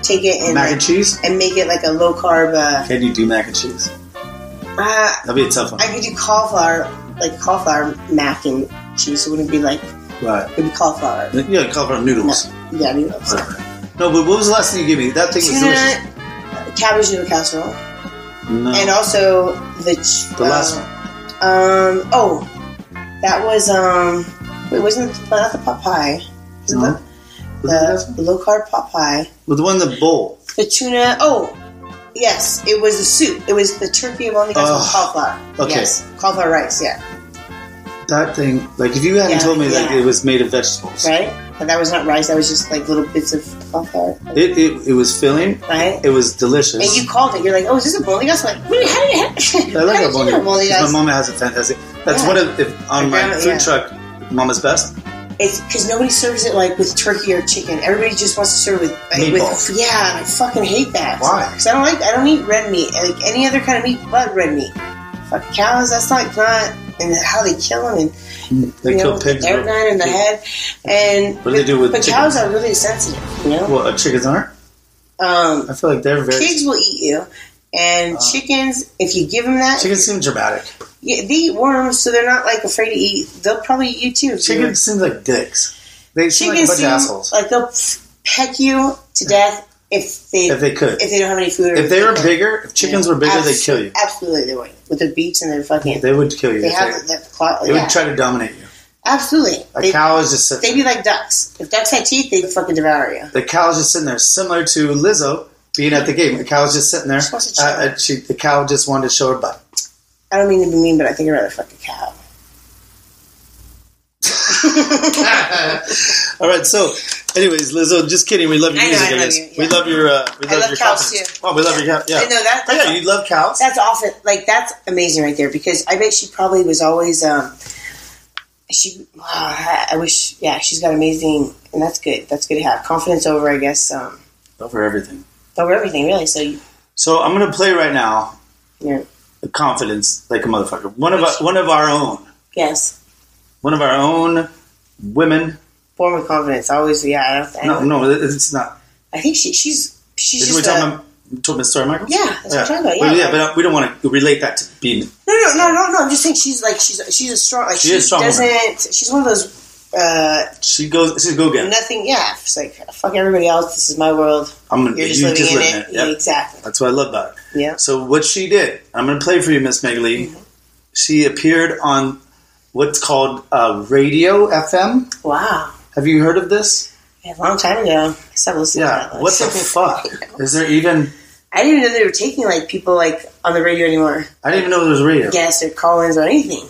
Speaker 6: take it and
Speaker 7: mac
Speaker 6: like,
Speaker 7: and cheese?
Speaker 6: and make it like a low carb. Uh,
Speaker 7: Can you do mac and cheese?
Speaker 6: uh,
Speaker 7: That'd be a tough one.
Speaker 6: I could do cauliflower, like cauliflower mac and cheese. So it wouldn't be like
Speaker 7: right.
Speaker 6: it'd be cauliflower.
Speaker 7: Yeah, cauliflower noodles.
Speaker 6: Yeah, I mean, that's-
Speaker 7: Whatever. No, but what was the last thing you gave me? That thing was delicious.
Speaker 6: tuna, cabbage noodle casserole,
Speaker 7: No.
Speaker 6: and also the ch-
Speaker 7: The last
Speaker 6: uh, Um, oh, that was um. Wait, wasn't it not the pot pie? Was it
Speaker 7: No.
Speaker 6: the, uh,
Speaker 7: Was it the last
Speaker 6: the, low carb pot pie?
Speaker 7: With the one in the bowl.
Speaker 6: The tuna. Oh, yes, it was the soup. It was the turkey of only guys with
Speaker 7: Ugh.
Speaker 6: cauliflower.
Speaker 7: Okay.
Speaker 6: Yes, cauliflower rice. Yeah,
Speaker 7: That thing, like if you hadn't
Speaker 6: Yeah,
Speaker 7: told me that
Speaker 6: yeah.
Speaker 7: it was made of vegetables,
Speaker 6: right. But that was not rice. That was just like little bits of fuck art.
Speaker 7: It, it, it was filling.
Speaker 6: Right?
Speaker 7: It was delicious.
Speaker 6: And you called it. You're like, oh, is this a Boldigas? I'm like, wait, how do you have
Speaker 7: I like
Speaker 6: how
Speaker 7: a
Speaker 6: did you know
Speaker 7: bolognese.
Speaker 6: Boldigas?
Speaker 7: My mama has a fantastic. That's
Speaker 6: Yeah.
Speaker 7: one of if, on
Speaker 6: My
Speaker 7: my,
Speaker 6: grandma-
Speaker 7: food
Speaker 6: yeah.
Speaker 7: truck. Mama's best.
Speaker 6: It's because nobody serves it like with turkey or chicken. Everybody just wants to serve with like,
Speaker 7: Meatballs.
Speaker 6: with yeah. And I fucking hate that.
Speaker 7: Why?
Speaker 6: Because I don't like I don't eat red meat. I like any other kind of meat, but red meat. Fuck cows. That's like not and how they kill them and
Speaker 7: They
Speaker 6: you
Speaker 7: kill
Speaker 6: know,
Speaker 7: pigs.
Speaker 6: They're
Speaker 7: with-
Speaker 6: nine in the head. And
Speaker 7: What do they do with
Speaker 6: but
Speaker 7: chicken?
Speaker 6: cows are really sensitive. You know,
Speaker 7: What uh, chickens aren't?
Speaker 6: um,
Speaker 7: I feel like they're very. Uh.
Speaker 6: pigs will eat you, and chickens. If you give them that,
Speaker 7: Chickens seem dramatic.
Speaker 6: yeah, they eat worms, so they're not like afraid to eat. They'll probably eat you too. if you're-
Speaker 7: Chickens seem like dicks. They seem like a
Speaker 6: chickens
Speaker 7: bunch
Speaker 6: seem
Speaker 7: of assholes.
Speaker 6: like they'll peck you to death if they
Speaker 7: If they could.
Speaker 6: if they don't have any food. Or
Speaker 7: If they were bigger, if chickens were bigger, they'd
Speaker 6: Abs-
Speaker 7: kill you.
Speaker 6: Absolutely, they would. With their beaks and their fucking, they,
Speaker 7: They would kill you. if
Speaker 6: have
Speaker 7: they,
Speaker 6: the, the claw.
Speaker 7: they
Speaker 6: yeah.
Speaker 7: would try to dominate you.
Speaker 6: absolutely.
Speaker 7: A
Speaker 6: They,
Speaker 7: cow is just sitting.
Speaker 6: they'd be like ducks. If ducks had teeth, they'd fucking devour you.
Speaker 7: the cow's just sitting there, similar to Lizzo being at the game. The cow's just sitting there.
Speaker 6: She wants to chill.
Speaker 7: uh, uh, she, the cow just wanted to show her butt.
Speaker 6: I don't mean to be mean, but I think I'd rather fuck a cow.
Speaker 7: All right, so, anyways, Lizzo, just kidding. We love your
Speaker 6: I know,
Speaker 7: music.
Speaker 6: I love
Speaker 7: guess.
Speaker 6: you,
Speaker 7: We
Speaker 6: yeah.
Speaker 7: love your. Uh, we
Speaker 6: I
Speaker 7: love
Speaker 6: love
Speaker 7: your
Speaker 6: cows,
Speaker 7: confidence.
Speaker 6: too.
Speaker 7: Oh, we love your cow. Yeah,
Speaker 6: I know that-
Speaker 7: Oh, yeah,
Speaker 6: that's-
Speaker 7: you love cows.
Speaker 6: That's often like that's amazing right there because I bet she probably was always um she wow, I I wish yeah she's got amazing and that's good that's good to have confidence over I guess um
Speaker 7: Over everything.
Speaker 6: over everything really so you,
Speaker 7: So I'm gonna play right now.
Speaker 6: Yeah.
Speaker 7: Confidence, like a motherfucker. One of our, one of our own,
Speaker 6: yes
Speaker 7: one of our own women.
Speaker 6: born with confidence always yeah I, don't, I,
Speaker 7: No,
Speaker 6: don't,
Speaker 7: no, it's not.
Speaker 6: I think she she's she's
Speaker 7: Is
Speaker 6: just
Speaker 7: we
Speaker 6: a-
Speaker 7: talking about, talking about Sarah Michaels?
Speaker 6: yeah that's what I'm talking
Speaker 7: Well,
Speaker 6: about yeah,
Speaker 7: yeah, but uh, we don't want to relate that to being.
Speaker 6: no no no no no I'm just saying she's like she's she's a strong like
Speaker 7: She
Speaker 6: she,
Speaker 7: is a strong woman.
Speaker 6: doesn't she's one of those uh
Speaker 7: She goes. She's a go getter.
Speaker 6: nothing yeah it's like fuck everybody else this is my world
Speaker 7: I'm gonna.
Speaker 6: you're just
Speaker 7: you
Speaker 6: living
Speaker 7: just
Speaker 6: in
Speaker 7: live in
Speaker 6: it
Speaker 7: it. Yep.
Speaker 6: exactly
Speaker 7: That's what I love about it.
Speaker 6: yeah.
Speaker 7: So what she did, I'm going to play for you, Miss Megley. She appeared on what's called uh, Radio FM.
Speaker 6: Wow.
Speaker 7: Have you heard of this?
Speaker 6: A long time ago. I stopped listening to
Speaker 7: Yeah.
Speaker 6: that.
Speaker 7: What the fuck? Is there even?
Speaker 6: I didn't even know they were taking like people like on the radio anymore.
Speaker 7: I didn't even know there was radio.
Speaker 6: Guests or call-ins or anything.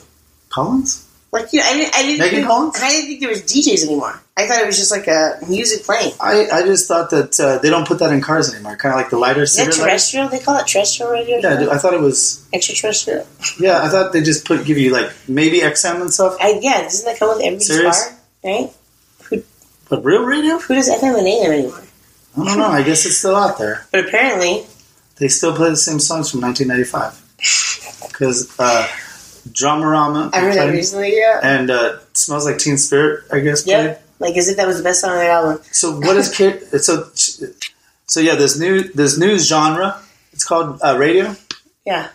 Speaker 7: Collins.
Speaker 6: Like you know, I didn't I didn't
Speaker 7: Megan
Speaker 6: think,
Speaker 7: Collins?
Speaker 6: I didn't think there was DJs anymore. I thought it was just like a music playing.
Speaker 7: I, I just thought that uh, they don't put that in cars anymore. Kind of like the lighter
Speaker 6: Is that
Speaker 7: cigarette. lighter.
Speaker 6: terrestrial? They call it terrestrial radio?
Speaker 7: Yeah, I do- I thought it was.
Speaker 6: Extraterrestrial.
Speaker 7: Yeah, I thought they just put give you like maybe XM and stuff,
Speaker 6: I yeah, doesn't that come with everybody's
Speaker 7: Serious?
Speaker 6: car? Right?
Speaker 7: but real radio.
Speaker 6: Who does FM and AM anymore?
Speaker 7: I don't know. I guess it's still out there.
Speaker 6: But apparently
Speaker 7: They still play the same songs from 1995 because uh, Dramarama.
Speaker 6: I heard that
Speaker 7: played-
Speaker 6: recently, yeah.
Speaker 7: and uh, smells like Teen Spirit, I guess. played.
Speaker 6: Yep. Like as if that was the best song on their album.
Speaker 7: So what is kid? So so yeah, this new this new genre. It's called uh, radio.
Speaker 6: Yeah.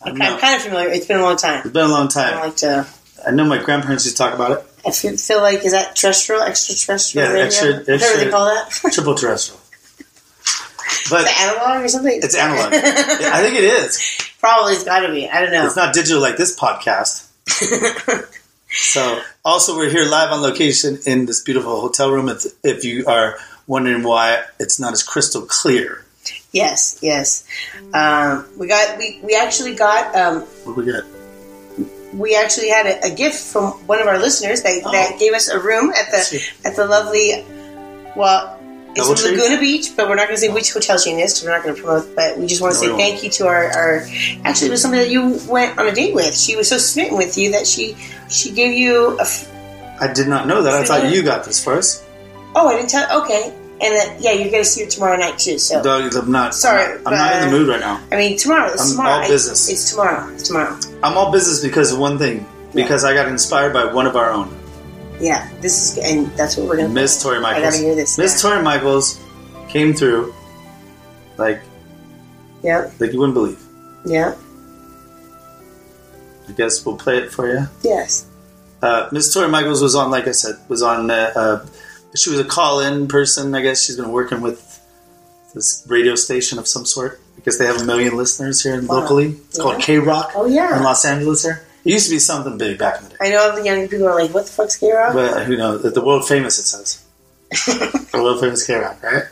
Speaker 7: I don't
Speaker 6: I'm
Speaker 7: know.
Speaker 6: kind of familiar. It's been a long time.
Speaker 7: It's been a long
Speaker 6: I don't
Speaker 7: time.
Speaker 6: like to
Speaker 7: I know my grandparents used to talk about it.
Speaker 6: I feel, feel like is that terrestrial, extraterrestrial?
Speaker 7: Yeah,
Speaker 6: radio?
Speaker 7: extra-
Speaker 6: Whatever
Speaker 7: extra-
Speaker 6: they call that. Is
Speaker 7: Triple terrestrial, but
Speaker 6: it analog or something?
Speaker 7: it's analog. Yeah, I think it is.
Speaker 6: Probably it's got to be. I don't know.
Speaker 7: It's not digital like this podcast. So also, we're here live on location in this beautiful hotel room. If, if you are wondering why it's not as crystal clear,
Speaker 6: yes, yes. Um, we got we, we actually got um,
Speaker 7: what do we got?
Speaker 6: we actually had a, a gift from one of our listeners that,
Speaker 7: Oh.
Speaker 6: that gave us a room at
Speaker 7: That's it.
Speaker 6: the at the lovely well. It's
Speaker 7: Double Tree?
Speaker 6: Laguna Beach, but we're not going to say which hotel chain it is because we're not going to promote. But we just want to
Speaker 7: No, we
Speaker 6: say
Speaker 7: won't.
Speaker 6: thank you to our, our. Actually, it was somebody that you went on a date with. She was so smitten with you that she she gave you a f-
Speaker 7: I did not know that. I thought you got this first.
Speaker 6: Oh, I didn't tell. Okay, and uh, yeah, you're gonna see her tomorrow night too. So
Speaker 7: Doug, I'm not.
Speaker 6: Sorry,
Speaker 7: I'm not in the
Speaker 6: but-
Speaker 7: mood right now.
Speaker 6: I mean, tomorrow. It's
Speaker 7: I'm
Speaker 6: tomorrow.
Speaker 7: all
Speaker 6: I-
Speaker 7: business.
Speaker 6: it's tomorrow. It's tomorrow.
Speaker 7: I'm all business because of one thing. Because I got inspired by one of our own,
Speaker 6: Yeah, this is and that's what we're gonna.
Speaker 7: Miss Tori Michaels.
Speaker 6: I gotta hear this.
Speaker 7: Miss Tori Michaels came through, like
Speaker 6: Yeah,
Speaker 7: like you wouldn't believe.
Speaker 6: yeah.
Speaker 7: I guess we'll play it for you.
Speaker 6: Yes.
Speaker 7: Uh, Miss Tori Michaels was on, like I said, was on. Uh, uh, she was a call-in person. I guess she's been working with this radio station of some sort because they have a million listeners here locally. It's called
Speaker 6: Yeah.
Speaker 7: K Rock
Speaker 6: Oh, yeah.
Speaker 7: in Los Angeles. Here, it used to be something big back in the day.
Speaker 6: I know all the young people are like, "What the fuck's gay rock?"
Speaker 7: But uh, who knows? The world famous, it says. the world famous K Rock, right?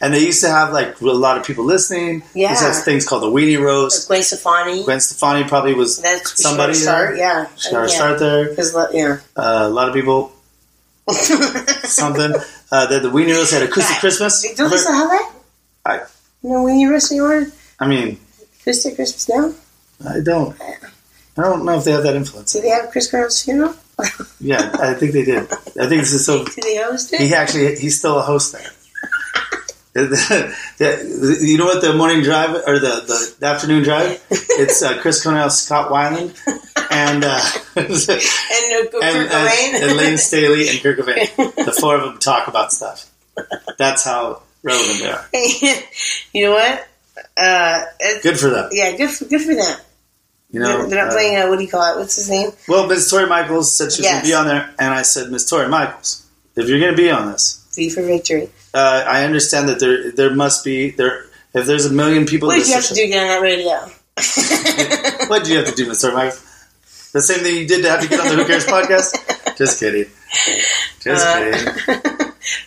Speaker 7: And they used to have like a lot of people listening. They used to
Speaker 6: Yeah.
Speaker 7: have things called the Weenie
Speaker 6: It's
Speaker 7: Roast.
Speaker 6: Gwen Stefani.
Speaker 7: Gwen Stefani probably was
Speaker 6: that's
Speaker 7: somebody.
Speaker 6: She got her start.
Speaker 7: there.
Speaker 6: Yeah.
Speaker 7: She got her
Speaker 6: yeah.
Speaker 7: start there.
Speaker 6: Because yeah.
Speaker 7: Uh, a lot of people, something. uh, that the Weenie Roast had a Christy
Speaker 6: Right.
Speaker 7: Christmas.
Speaker 6: Don't they still have that?
Speaker 7: I-
Speaker 6: No weenie roast anymore?
Speaker 7: I mean,
Speaker 6: Christy Christmas now?
Speaker 7: I don't. I don't know if they have that influence.
Speaker 6: Did they have Chris Carl's funeral?
Speaker 7: Yeah, I think they did. I think this is so.
Speaker 6: Did they host it?
Speaker 7: He actually he's still a host there. The- the- you know what the morning drive or the, the, the afternoon drive? It's uh, Chris Cornell, Scott Weiland, and uh, and,
Speaker 6: And, uh, Kurt
Speaker 7: and,
Speaker 6: Cobain?
Speaker 7: and Lane Staley and Kirk Cobain. The four of them talk about stuff. That's how relevant they are.
Speaker 6: you know what? Uh, it's-
Speaker 7: Good for them.
Speaker 6: yeah, good for, good for them.
Speaker 7: You know,
Speaker 6: they're, they're not
Speaker 7: uh,
Speaker 6: playing, uh, what do you call it? What's his name?
Speaker 7: Well, Miss Tori Michaels said she was going
Speaker 6: Yes.
Speaker 7: to be on there, and I said, Miss Tori Michaels, if you're going to be on this,
Speaker 6: V for Victory.
Speaker 7: uh, I understand that there there must be there if there's a million people.
Speaker 6: What
Speaker 7: in
Speaker 6: did you have
Speaker 7: this
Speaker 6: to do to get on that radio?
Speaker 7: situation- What do you have to do, Mr. Mike? The same thing you did to have to get on the Who Cares podcast. Just kidding. Just kidding.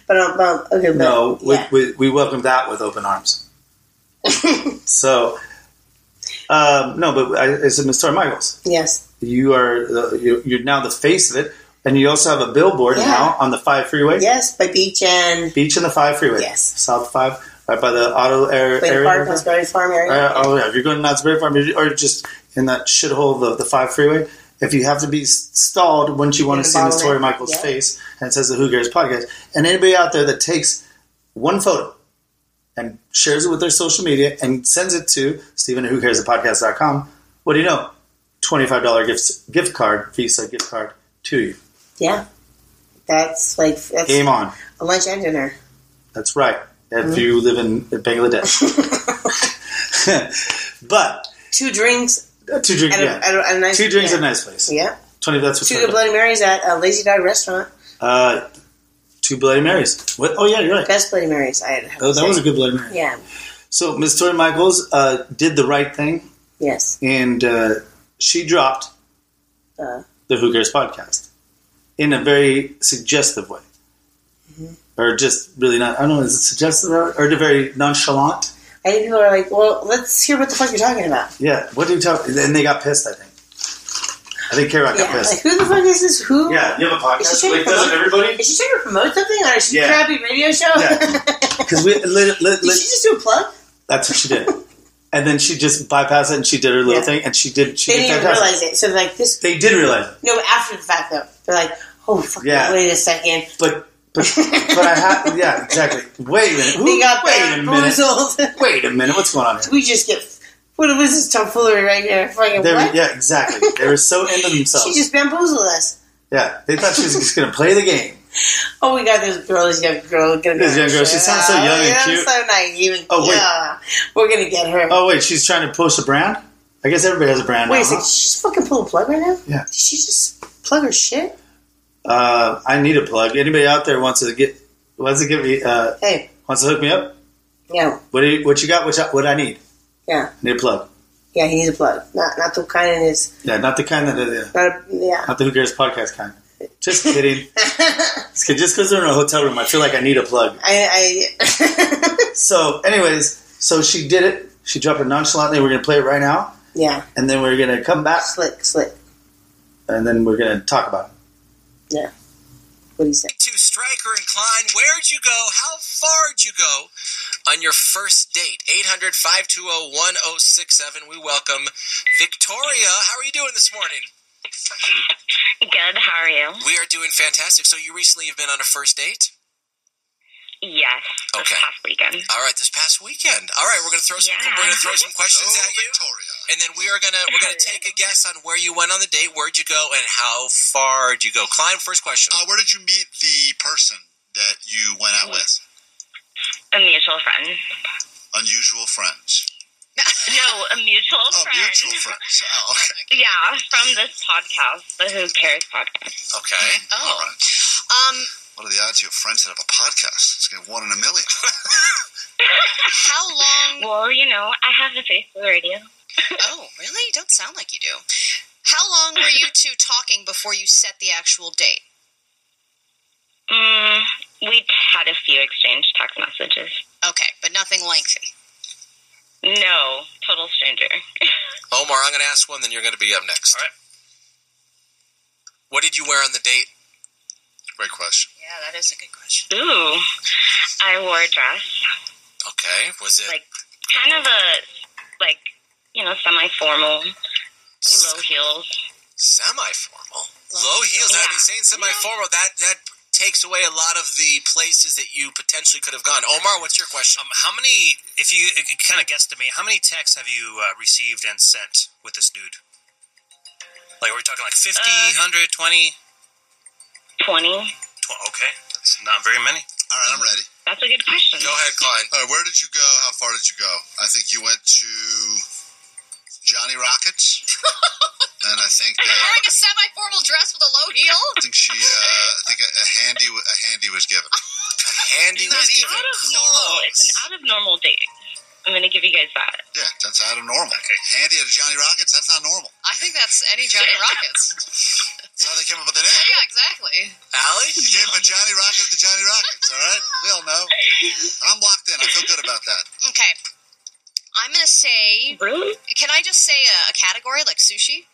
Speaker 6: But um, um, okay, but,
Speaker 7: No, we,
Speaker 6: Uh, yeah.
Speaker 7: we, we welcomed that with open arms. so, um, no, but I, I said, Mr. Michaels,
Speaker 6: yes,
Speaker 7: you are the, you're, you're now the face of it, and you also have a billboard
Speaker 6: Yeah.
Speaker 7: now on the five freeway,
Speaker 6: yes, by Beach and
Speaker 7: beach and the five freeway,
Speaker 6: Yes.
Speaker 7: south five, right by the auto air,
Speaker 6: Wayne
Speaker 7: area.
Speaker 6: Park, West Garden Farm area.
Speaker 7: Uh, oh yeah, if you're going to Knott's Berry Farm, or just in that shithole of the, the five freeway, if you have to be s- stalled once you want
Speaker 6: In
Speaker 7: to
Speaker 6: the
Speaker 7: see Miss
Speaker 6: bottom
Speaker 7: Tori
Speaker 6: right.
Speaker 7: Michaels'
Speaker 6: Yeah.
Speaker 7: face, and it says the Who Cares podcast, and anybody out there that takes one photo and shares it with their social media and sends it to Stephen at Who Cares the Podcast.com, what do you know? Twenty five dollar gift gift card, Visa gift card to you.
Speaker 6: yeah, that's like that's
Speaker 7: Game on.
Speaker 6: a lunch and dinner.
Speaker 7: That's right. If
Speaker 6: Mm-hmm.
Speaker 7: you live in Bangladesh, but
Speaker 6: Two drinks
Speaker 7: uh, two drinks.
Speaker 6: at a,
Speaker 7: Yeah.
Speaker 6: at a, at a nice
Speaker 7: Two drinks
Speaker 6: yeah.
Speaker 7: at a nice place.
Speaker 6: Yeah,
Speaker 7: Twenty. That's what
Speaker 6: two good Bloody Marys at a Lazy Dog restaurant.
Speaker 7: Uh, two Bloody Marys. What? Oh yeah, you're right.
Speaker 6: Best Bloody Marys I had. Have
Speaker 7: Oh,
Speaker 6: to
Speaker 7: that was a
Speaker 6: say.
Speaker 7: good Bloody Mary.
Speaker 6: yeah.
Speaker 7: So Miss Tori Michaels uh, did the right thing,
Speaker 6: Yes.
Speaker 7: and uh, she dropped
Speaker 6: Uh,
Speaker 7: the Who Cares podcast in a very suggestive way,
Speaker 6: Mm-hmm.
Speaker 7: or just really not. I don't know. Is it suggestive or, or very nonchalant?
Speaker 6: I think people are like, well, let's hear what the fuck you're talking about.
Speaker 7: Yeah. What do you tell? And they got pissed. I think. I think K-Rock got
Speaker 6: Yeah. Like,
Speaker 7: pissed.
Speaker 6: who the fuck is this? Who?
Speaker 7: Yeah, you have a
Speaker 6: Is
Speaker 7: podcast.
Speaker 6: she trying
Speaker 7: Like,
Speaker 6: to
Speaker 7: doesn't
Speaker 6: promote?
Speaker 7: everybody?
Speaker 6: Is she trying to promote something on her
Speaker 7: Yeah.
Speaker 6: crappy radio show?
Speaker 7: Yeah. Because we let, let,
Speaker 6: Did
Speaker 7: let,
Speaker 6: she just do a plug?
Speaker 7: That's what she did. and then she just bypassed it and she did her little
Speaker 6: Yeah.
Speaker 7: thing and she did she
Speaker 6: They
Speaker 7: did
Speaker 6: didn't even
Speaker 7: fantastic.
Speaker 6: realize it. So like this,
Speaker 7: They did realize it.
Speaker 6: no. After the fact, though, they're like, oh fuck,
Speaker 7: Yeah.
Speaker 6: wait a second.
Speaker 7: But but but I have yeah, exactly. Wait a minute. Who-
Speaker 6: They got
Speaker 7: wait a minute.
Speaker 6: bamboozled.
Speaker 7: Wait a minute, what's going on here?
Speaker 6: we just get what was this tomfoolery right here? Fucking
Speaker 7: They were,
Speaker 6: what?
Speaker 7: yeah, exactly. They were so into themselves.
Speaker 6: She just bamboozled us.
Speaker 7: yeah, they thought she was just gonna play the game.
Speaker 6: Oh, we got this girl, this young girl. Gonna
Speaker 7: This young girl, she sounds so young and
Speaker 6: yeah,
Speaker 7: cute.
Speaker 6: So naive. And,
Speaker 7: Oh, wait.
Speaker 6: yeah, we're gonna get her.
Speaker 7: Oh uh-huh. wait, she's trying to post a brand. I guess everybody has a brand
Speaker 6: wait
Speaker 7: now.
Speaker 6: a second,
Speaker 7: huh?
Speaker 6: did she just fucking pull a plug right now?
Speaker 7: Yeah.
Speaker 6: Did she just plug her shit?
Speaker 7: Uh, I need a plug. Anybody out there wants to get wants to get me uh,
Speaker 6: Hey,
Speaker 7: wants to hook me up?
Speaker 6: yeah,
Speaker 7: What do you, what you got? What, you, what I need?
Speaker 6: yeah,
Speaker 7: I need a plug.
Speaker 6: yeah. He needs a plug. Not not the kind that is
Speaker 7: Yeah, not the kind that. Uh,
Speaker 6: not a, yeah.
Speaker 7: Not the Who Cares podcast kind. Just kidding. just kidding. Just because they're in a hotel room, I feel like I need a plug.
Speaker 6: I, I
Speaker 7: So, anyways, so she did it. She dropped it nonchalantly. We're going to play it right now.
Speaker 6: yeah.
Speaker 7: And then we're going to come back.
Speaker 6: Slick, slick.
Speaker 7: And then we're going to talk about it.
Speaker 6: Yeah. What do you say?
Speaker 8: to Stryker and Klein. Where'd you go? How far'd you go on your first date? 800 520 1067. We welcome Victoria. How are you doing this morning?
Speaker 9: Good. How are you?
Speaker 8: We are doing fantastic. So, you recently have been on a first date?
Speaker 9: Yes. This
Speaker 8: Okay.
Speaker 9: past weekend.
Speaker 8: All right, this past weekend. All right, we're gonna throw some
Speaker 9: Yeah.
Speaker 8: we're gonna throw some questions at you, and then we are gonna we're gonna take a guess on where you went on the date, where'd you go, and how far did you go. Klein, first question.
Speaker 10: Uh, where did you meet the person that you went out with?
Speaker 9: A mutual friend.
Speaker 10: Unusual friends.
Speaker 9: No, a mutual
Speaker 10: Oh,
Speaker 9: friend.
Speaker 10: mutual friends. Oh, okay.
Speaker 9: Yeah, from this podcast, the Who Cares podcast.
Speaker 10: Okay.
Speaker 11: Oh.
Speaker 10: All right.
Speaker 11: Um,
Speaker 10: What are the odds you have friends that have a podcast? It's going to be one in a million.
Speaker 11: how long?
Speaker 9: Well, you know, I have a face for the radio.
Speaker 11: Oh, really? You Don't sound like you do. How long were you two talking before you set the actual date?
Speaker 9: Mm, we had a few exchange text messages.
Speaker 11: Okay, but nothing lengthy.
Speaker 9: No, total stranger.
Speaker 8: Omar, I'm gonna ask one, then you're gonna be up next.
Speaker 10: All right.
Speaker 8: What did you wear on the date?
Speaker 10: Great question.
Speaker 12: Yeah, that is a good question.
Speaker 9: Ooh, I wore a dress,
Speaker 13: Okay, was it
Speaker 9: like kind of a like you know semi formal, low heels.
Speaker 13: semi-formal? Low heels. I mean, saying semi-formal that that takes away a lot of the places that you potentially could have gone. Omar, what's your question?
Speaker 14: Um, how many, if you kind of guesstimate, how many texts have you uh, received and sent with this dude? Like, are we talking like 50,
Speaker 12: Uh,
Speaker 14: 100, 20?
Speaker 9: 20.
Speaker 14: Tw- okay, that's not very many.
Speaker 5: All right,
Speaker 12: Mm-hmm.
Speaker 5: I'm ready.
Speaker 9: That's a good question.
Speaker 5: Go ahead, Klein. All right, where did you go? How far did you go? I think you went to Johnny Rockets, and I think that,
Speaker 12: Wearing a semi-formal dress with a low heel.
Speaker 5: I think she, uh, I think a, a handy, wa- a handy was given. A
Speaker 13: handy
Speaker 9: It's out of normal. It's an out of normal date. I'm gonna give you guys that.
Speaker 5: Yeah, that's out of normal. Handy at a Johnny Rockets, that's not normal.
Speaker 12: I think that's any Johnny Rockets.
Speaker 5: That's how they came up with the name.
Speaker 12: yeah, exactly.
Speaker 13: Allie?
Speaker 5: You gave him a Johnny Rocket to Johnny Rockets, all right? We all know. I'm locked in. I feel good about that.
Speaker 12: Okay, I'm gonna say.
Speaker 9: Really?
Speaker 12: Can I just say a, a category like sushi?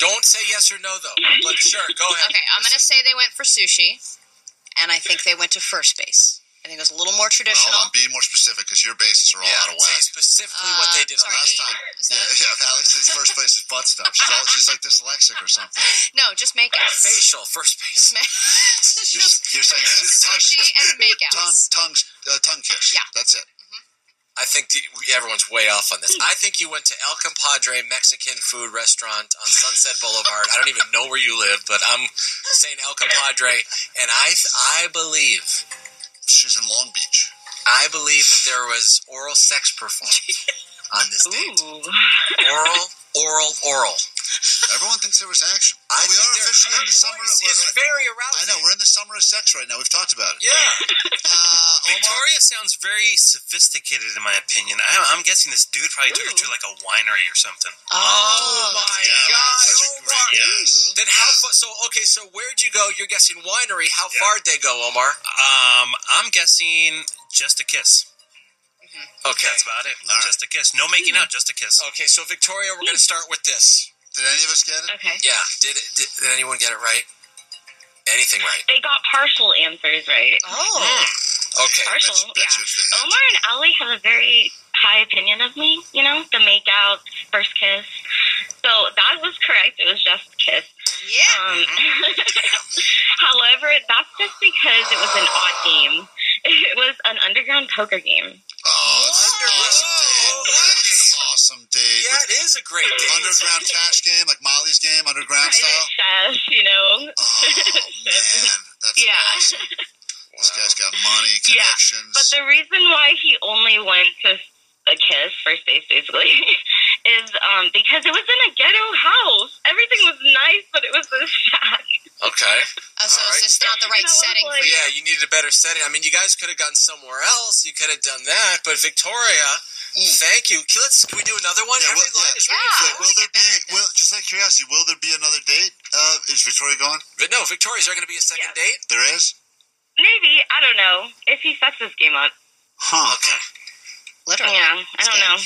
Speaker 13: Don't say yes or no though. But sure, go ahead.
Speaker 12: Okay, I'm gonna say they went for sushi, and I think they went to first base. I think it was a little more
Speaker 5: Hold
Speaker 12: traditional.
Speaker 5: on, be more specific because your bases are all out of
Speaker 13: Say
Speaker 5: whack.
Speaker 13: specifically what they did on
Speaker 12: sorry.
Speaker 5: Last
Speaker 13: last
Speaker 5: time,
Speaker 12: Is
Speaker 5: yeah,
Speaker 12: that-
Speaker 5: yeah, Alex says first place is butt stuff. She's, all, she's like dyslexic or something.
Speaker 12: No, just makeouts.
Speaker 13: facial first base.
Speaker 12: Just, ma- just,
Speaker 5: You're, you're saying
Speaker 12: sushi and
Speaker 5: tongue,
Speaker 12: makeouts.
Speaker 5: tongue, uh, tongue kiss.
Speaker 12: Yeah. Mm-hmm.
Speaker 5: that's it.
Speaker 13: I think the, everyone's way off on this.
Speaker 12: Hmm.
Speaker 13: I think you went to El Compadre Mexican food restaurant on Sunset Boulevard. I don't even know where you live, but I'm saying El Compadre, and I I believe
Speaker 5: She's in Long Beach.
Speaker 13: I believe that there was oral sex performed on this date.
Speaker 9: Ooh.
Speaker 13: Oral, oral, oral.
Speaker 5: Everyone thinks there was action.
Speaker 13: I
Speaker 5: we
Speaker 13: think
Speaker 5: are
Speaker 13: there-
Speaker 5: officially in the
Speaker 13: her
Speaker 5: summer.
Speaker 13: voice
Speaker 5: Of,
Speaker 13: is very
Speaker 5: I
Speaker 13: arousing.
Speaker 5: know we're in the summer of sex right now. We've talked about it.
Speaker 13: Yeah,
Speaker 5: Uh, Omar,
Speaker 14: Victoria sounds very sophisticated in my opinion. I, I'm guessing this dude probably took her to like a winery or something.
Speaker 12: Oh,
Speaker 13: my
Speaker 5: yeah,
Speaker 13: God,
Speaker 5: such a
Speaker 13: Omar.
Speaker 5: great
Speaker 12: Yes.
Speaker 13: Then how far? So okay, so where'd you go? You're guessing winery. How
Speaker 14: Yeah.
Speaker 13: far'd they go, Omar?
Speaker 14: Um, I'm guessing just a kiss.
Speaker 13: Mm-hmm. Okay. Mm-hmm.
Speaker 14: That's about it.
Speaker 5: right.
Speaker 14: Just a kiss. No making out, just a kiss. Mm.
Speaker 13: Okay, so Victoria, we're gonna start with this.
Speaker 5: Did any of us get it?
Speaker 9: Okay.
Speaker 13: Yeah, did, it, did did anyone get it right? Anything right?
Speaker 9: They got partial answers right.
Speaker 12: oh.
Speaker 13: Okay.
Speaker 9: Partial,
Speaker 5: bet you it's the
Speaker 9: yeah.
Speaker 5: hand.
Speaker 9: Omar and Ali have a very high opinion of me. You know, the makeout, first kiss. So that was correct. It was just kiss.
Speaker 12: Yeah.
Speaker 9: Um, however, that's just because it was an odd game. It was an underground poker game.
Speaker 5: Oh, it's an
Speaker 13: Whoa.
Speaker 5: awesome date.
Speaker 13: Whoa.
Speaker 5: That's an awesome date.
Speaker 13: Yeah, it is a great
Speaker 5: With
Speaker 13: date.
Speaker 5: underground cash game, like Molly's game, underground style.
Speaker 9: Private chef, you know.
Speaker 5: Oh man, that's
Speaker 9: Yeah.
Speaker 5: awesome. This guy's got money,
Speaker 9: Yeah,
Speaker 5: connections.
Speaker 9: But the reason why he only went to a kiss first date, basically, is um, because it was in a ghetto house. Everything was nice, but it was a shack.
Speaker 13: Okay.
Speaker 12: Oh, so
Speaker 13: All right.
Speaker 12: it's just not the right
Speaker 9: You know,
Speaker 12: setting
Speaker 9: it's
Speaker 12: for
Speaker 9: like-
Speaker 12: you.
Speaker 13: Yeah, you needed a better setting. I mean, you guys could have gone somewhere else. You could have done that. But Victoria, thank you. Can- Let's can we do another one?
Speaker 5: Mm. Yeah,
Speaker 13: Every
Speaker 5: well,
Speaker 13: line
Speaker 5: yeah.
Speaker 13: is
Speaker 12: Yeah.
Speaker 13: really
Speaker 12: I
Speaker 13: good.
Speaker 12: wanna
Speaker 5: will there
Speaker 12: get
Speaker 5: be?
Speaker 12: better at this.
Speaker 5: Will, just out of curiosity, will there be another date? Uh, is Victoria going?
Speaker 13: But no, Victoria, is there going to be a second
Speaker 9: Yeah.
Speaker 13: date?
Speaker 5: There is.
Speaker 9: Maybe I don't know if he sets this game up.
Speaker 5: Huh.
Speaker 13: Okay.
Speaker 12: Literally. Yeah,
Speaker 9: Yeah, I don't know.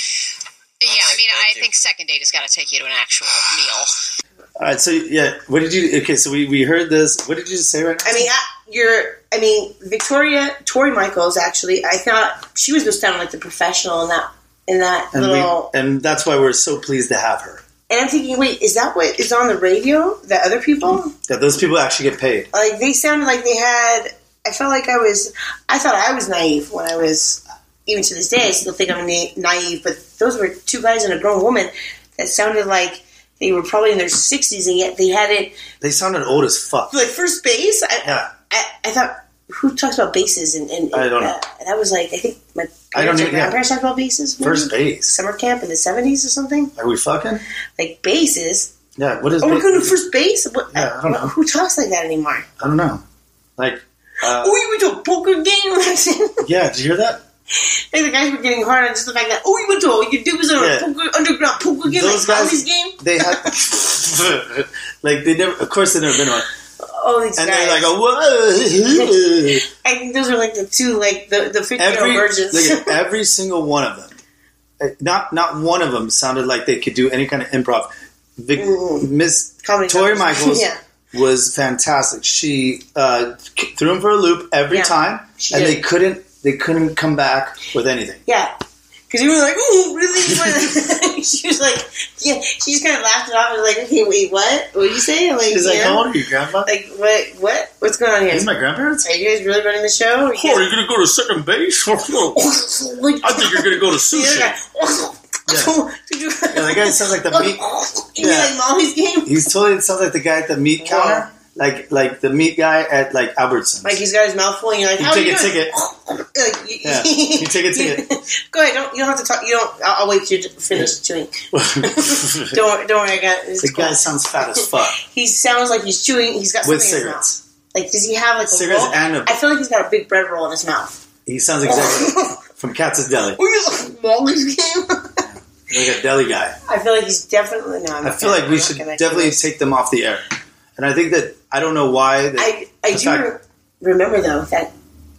Speaker 12: I mean,
Speaker 13: Thank
Speaker 12: I
Speaker 13: you.
Speaker 12: think second date has got to take you to an actual meal.
Speaker 7: All right, so yeah, what did you? Okay, so we, we heard this. What did you just say right now?
Speaker 6: I mean, I, you're. I mean, Victoria Tori Michaels. Actually, I thought she was just down like the professional in that in that
Speaker 7: and
Speaker 6: little.
Speaker 7: we and that's why we're so pleased to have her.
Speaker 6: and I'm thinking, wait, is that what is on the radio? That other people
Speaker 7: That those people actually get paid.
Speaker 6: like they sounded like they had. I felt like I was. I thought I was naive when I was. Even to this day, I still think I'm na- naive. But those were two guys and a grown woman that sounded like they were probably in their sixties, and yet they had it
Speaker 7: They sounded old as fuck.
Speaker 6: like first base. I,
Speaker 7: Yeah,
Speaker 6: I, I thought who talks about bases and, and
Speaker 7: I don't
Speaker 6: uh,
Speaker 7: know.
Speaker 6: and I was like I think my
Speaker 7: I don't
Speaker 6: parents or
Speaker 7: even- yeah.
Speaker 6: grandparents talked about bases maybe?
Speaker 7: first base.
Speaker 6: summer camp in the seventies or something
Speaker 7: Are we fucking?
Speaker 6: like bases
Speaker 7: Yeah. What is?
Speaker 6: oh we're
Speaker 7: base-
Speaker 6: going to first base what,
Speaker 7: Yeah, I don't know.
Speaker 6: who talks like that anymore
Speaker 7: I don't know. Like, uh,
Speaker 6: oh you went to a poker game
Speaker 7: yeah. Did you hear that?
Speaker 6: like the guys were getting hard on just the fact that oh you went to a, you did was on
Speaker 7: Yeah.
Speaker 6: a poker, underground poker game
Speaker 7: Those
Speaker 6: like
Speaker 7: guys-
Speaker 6: Ollie's game
Speaker 7: They had like they never. Of course, they never been on.
Speaker 6: oh these
Speaker 7: And
Speaker 6: guys
Speaker 7: they're like, "Oh, whoa.
Speaker 6: I think those are like the two like the the fifty year
Speaker 7: every
Speaker 6: old virgins
Speaker 7: look at every single one of them. Uh, Not not one of them sounded like they could do any kind of improv. Vic,
Speaker 6: Mm.
Speaker 7: Miss
Speaker 6: Comedy
Speaker 7: Tori
Speaker 6: clubs.
Speaker 7: Michaels
Speaker 6: yeah
Speaker 7: was fantastic. She uh, threw him for a loop every
Speaker 6: Yeah,
Speaker 7: time,
Speaker 6: she
Speaker 7: and
Speaker 6: did.
Speaker 7: they couldn't they couldn't come back with anything.
Speaker 6: Yeah. Because we were like, ooh, really? she was like, yeah. She just kind of laughed it off and was like, okay, wait, what? What did you say? I'm like,
Speaker 7: She's like,
Speaker 6: yeah.
Speaker 7: "How old are you, Grandma?"
Speaker 6: Like, what? What? What's going on here?
Speaker 7: These are my grandparents?
Speaker 6: Are you guys really running the show? Are you guys-
Speaker 7: gonna go to second base? I think you're gonna go to
Speaker 6: The other guy,
Speaker 7: Yeah, the guy sounds like the meat.
Speaker 6: You mean like Molly's game?
Speaker 7: He's totally it sounds like the guy at the meat counter, like like the meat guy at like Albertsons.
Speaker 6: Like he's got his mouth full, and you're like,
Speaker 7: You
Speaker 6: how
Speaker 7: take
Speaker 6: are you
Speaker 7: a
Speaker 6: doing?
Speaker 7: ticket.
Speaker 6: Like, you-
Speaker 7: Yeah, you take a ticket.
Speaker 6: Go aad Don't you don't have to talk. You don't. I'll, I'll wait till you finish chewing.
Speaker 7: the
Speaker 6: Don't don't worry. I got. It's cool.
Speaker 7: guy sounds fat as fuck
Speaker 6: He sounds like he's chewing. He's got something
Speaker 7: with
Speaker 6: in his mouth.
Speaker 7: cigarettes.
Speaker 6: Like, does he have like a
Speaker 7: Cigarettes
Speaker 6: roll?
Speaker 7: and a-
Speaker 6: I feel like he's got a big bread roll in his mouth.
Speaker 7: He sounds exactly from Katz's Deli,
Speaker 6: Were you like Molly's game?
Speaker 7: like a deli guy.
Speaker 6: I feel like he's definitely no. I'm
Speaker 7: I
Speaker 6: not
Speaker 7: feel
Speaker 6: gonna-
Speaker 7: like
Speaker 6: I'm
Speaker 7: we
Speaker 6: not
Speaker 7: should
Speaker 6: gonna do
Speaker 7: definitely
Speaker 6: this.
Speaker 7: take them off the air. And I think that I don't know why. That
Speaker 6: I I
Speaker 7: the
Speaker 6: do
Speaker 7: fact-
Speaker 6: re- remember though that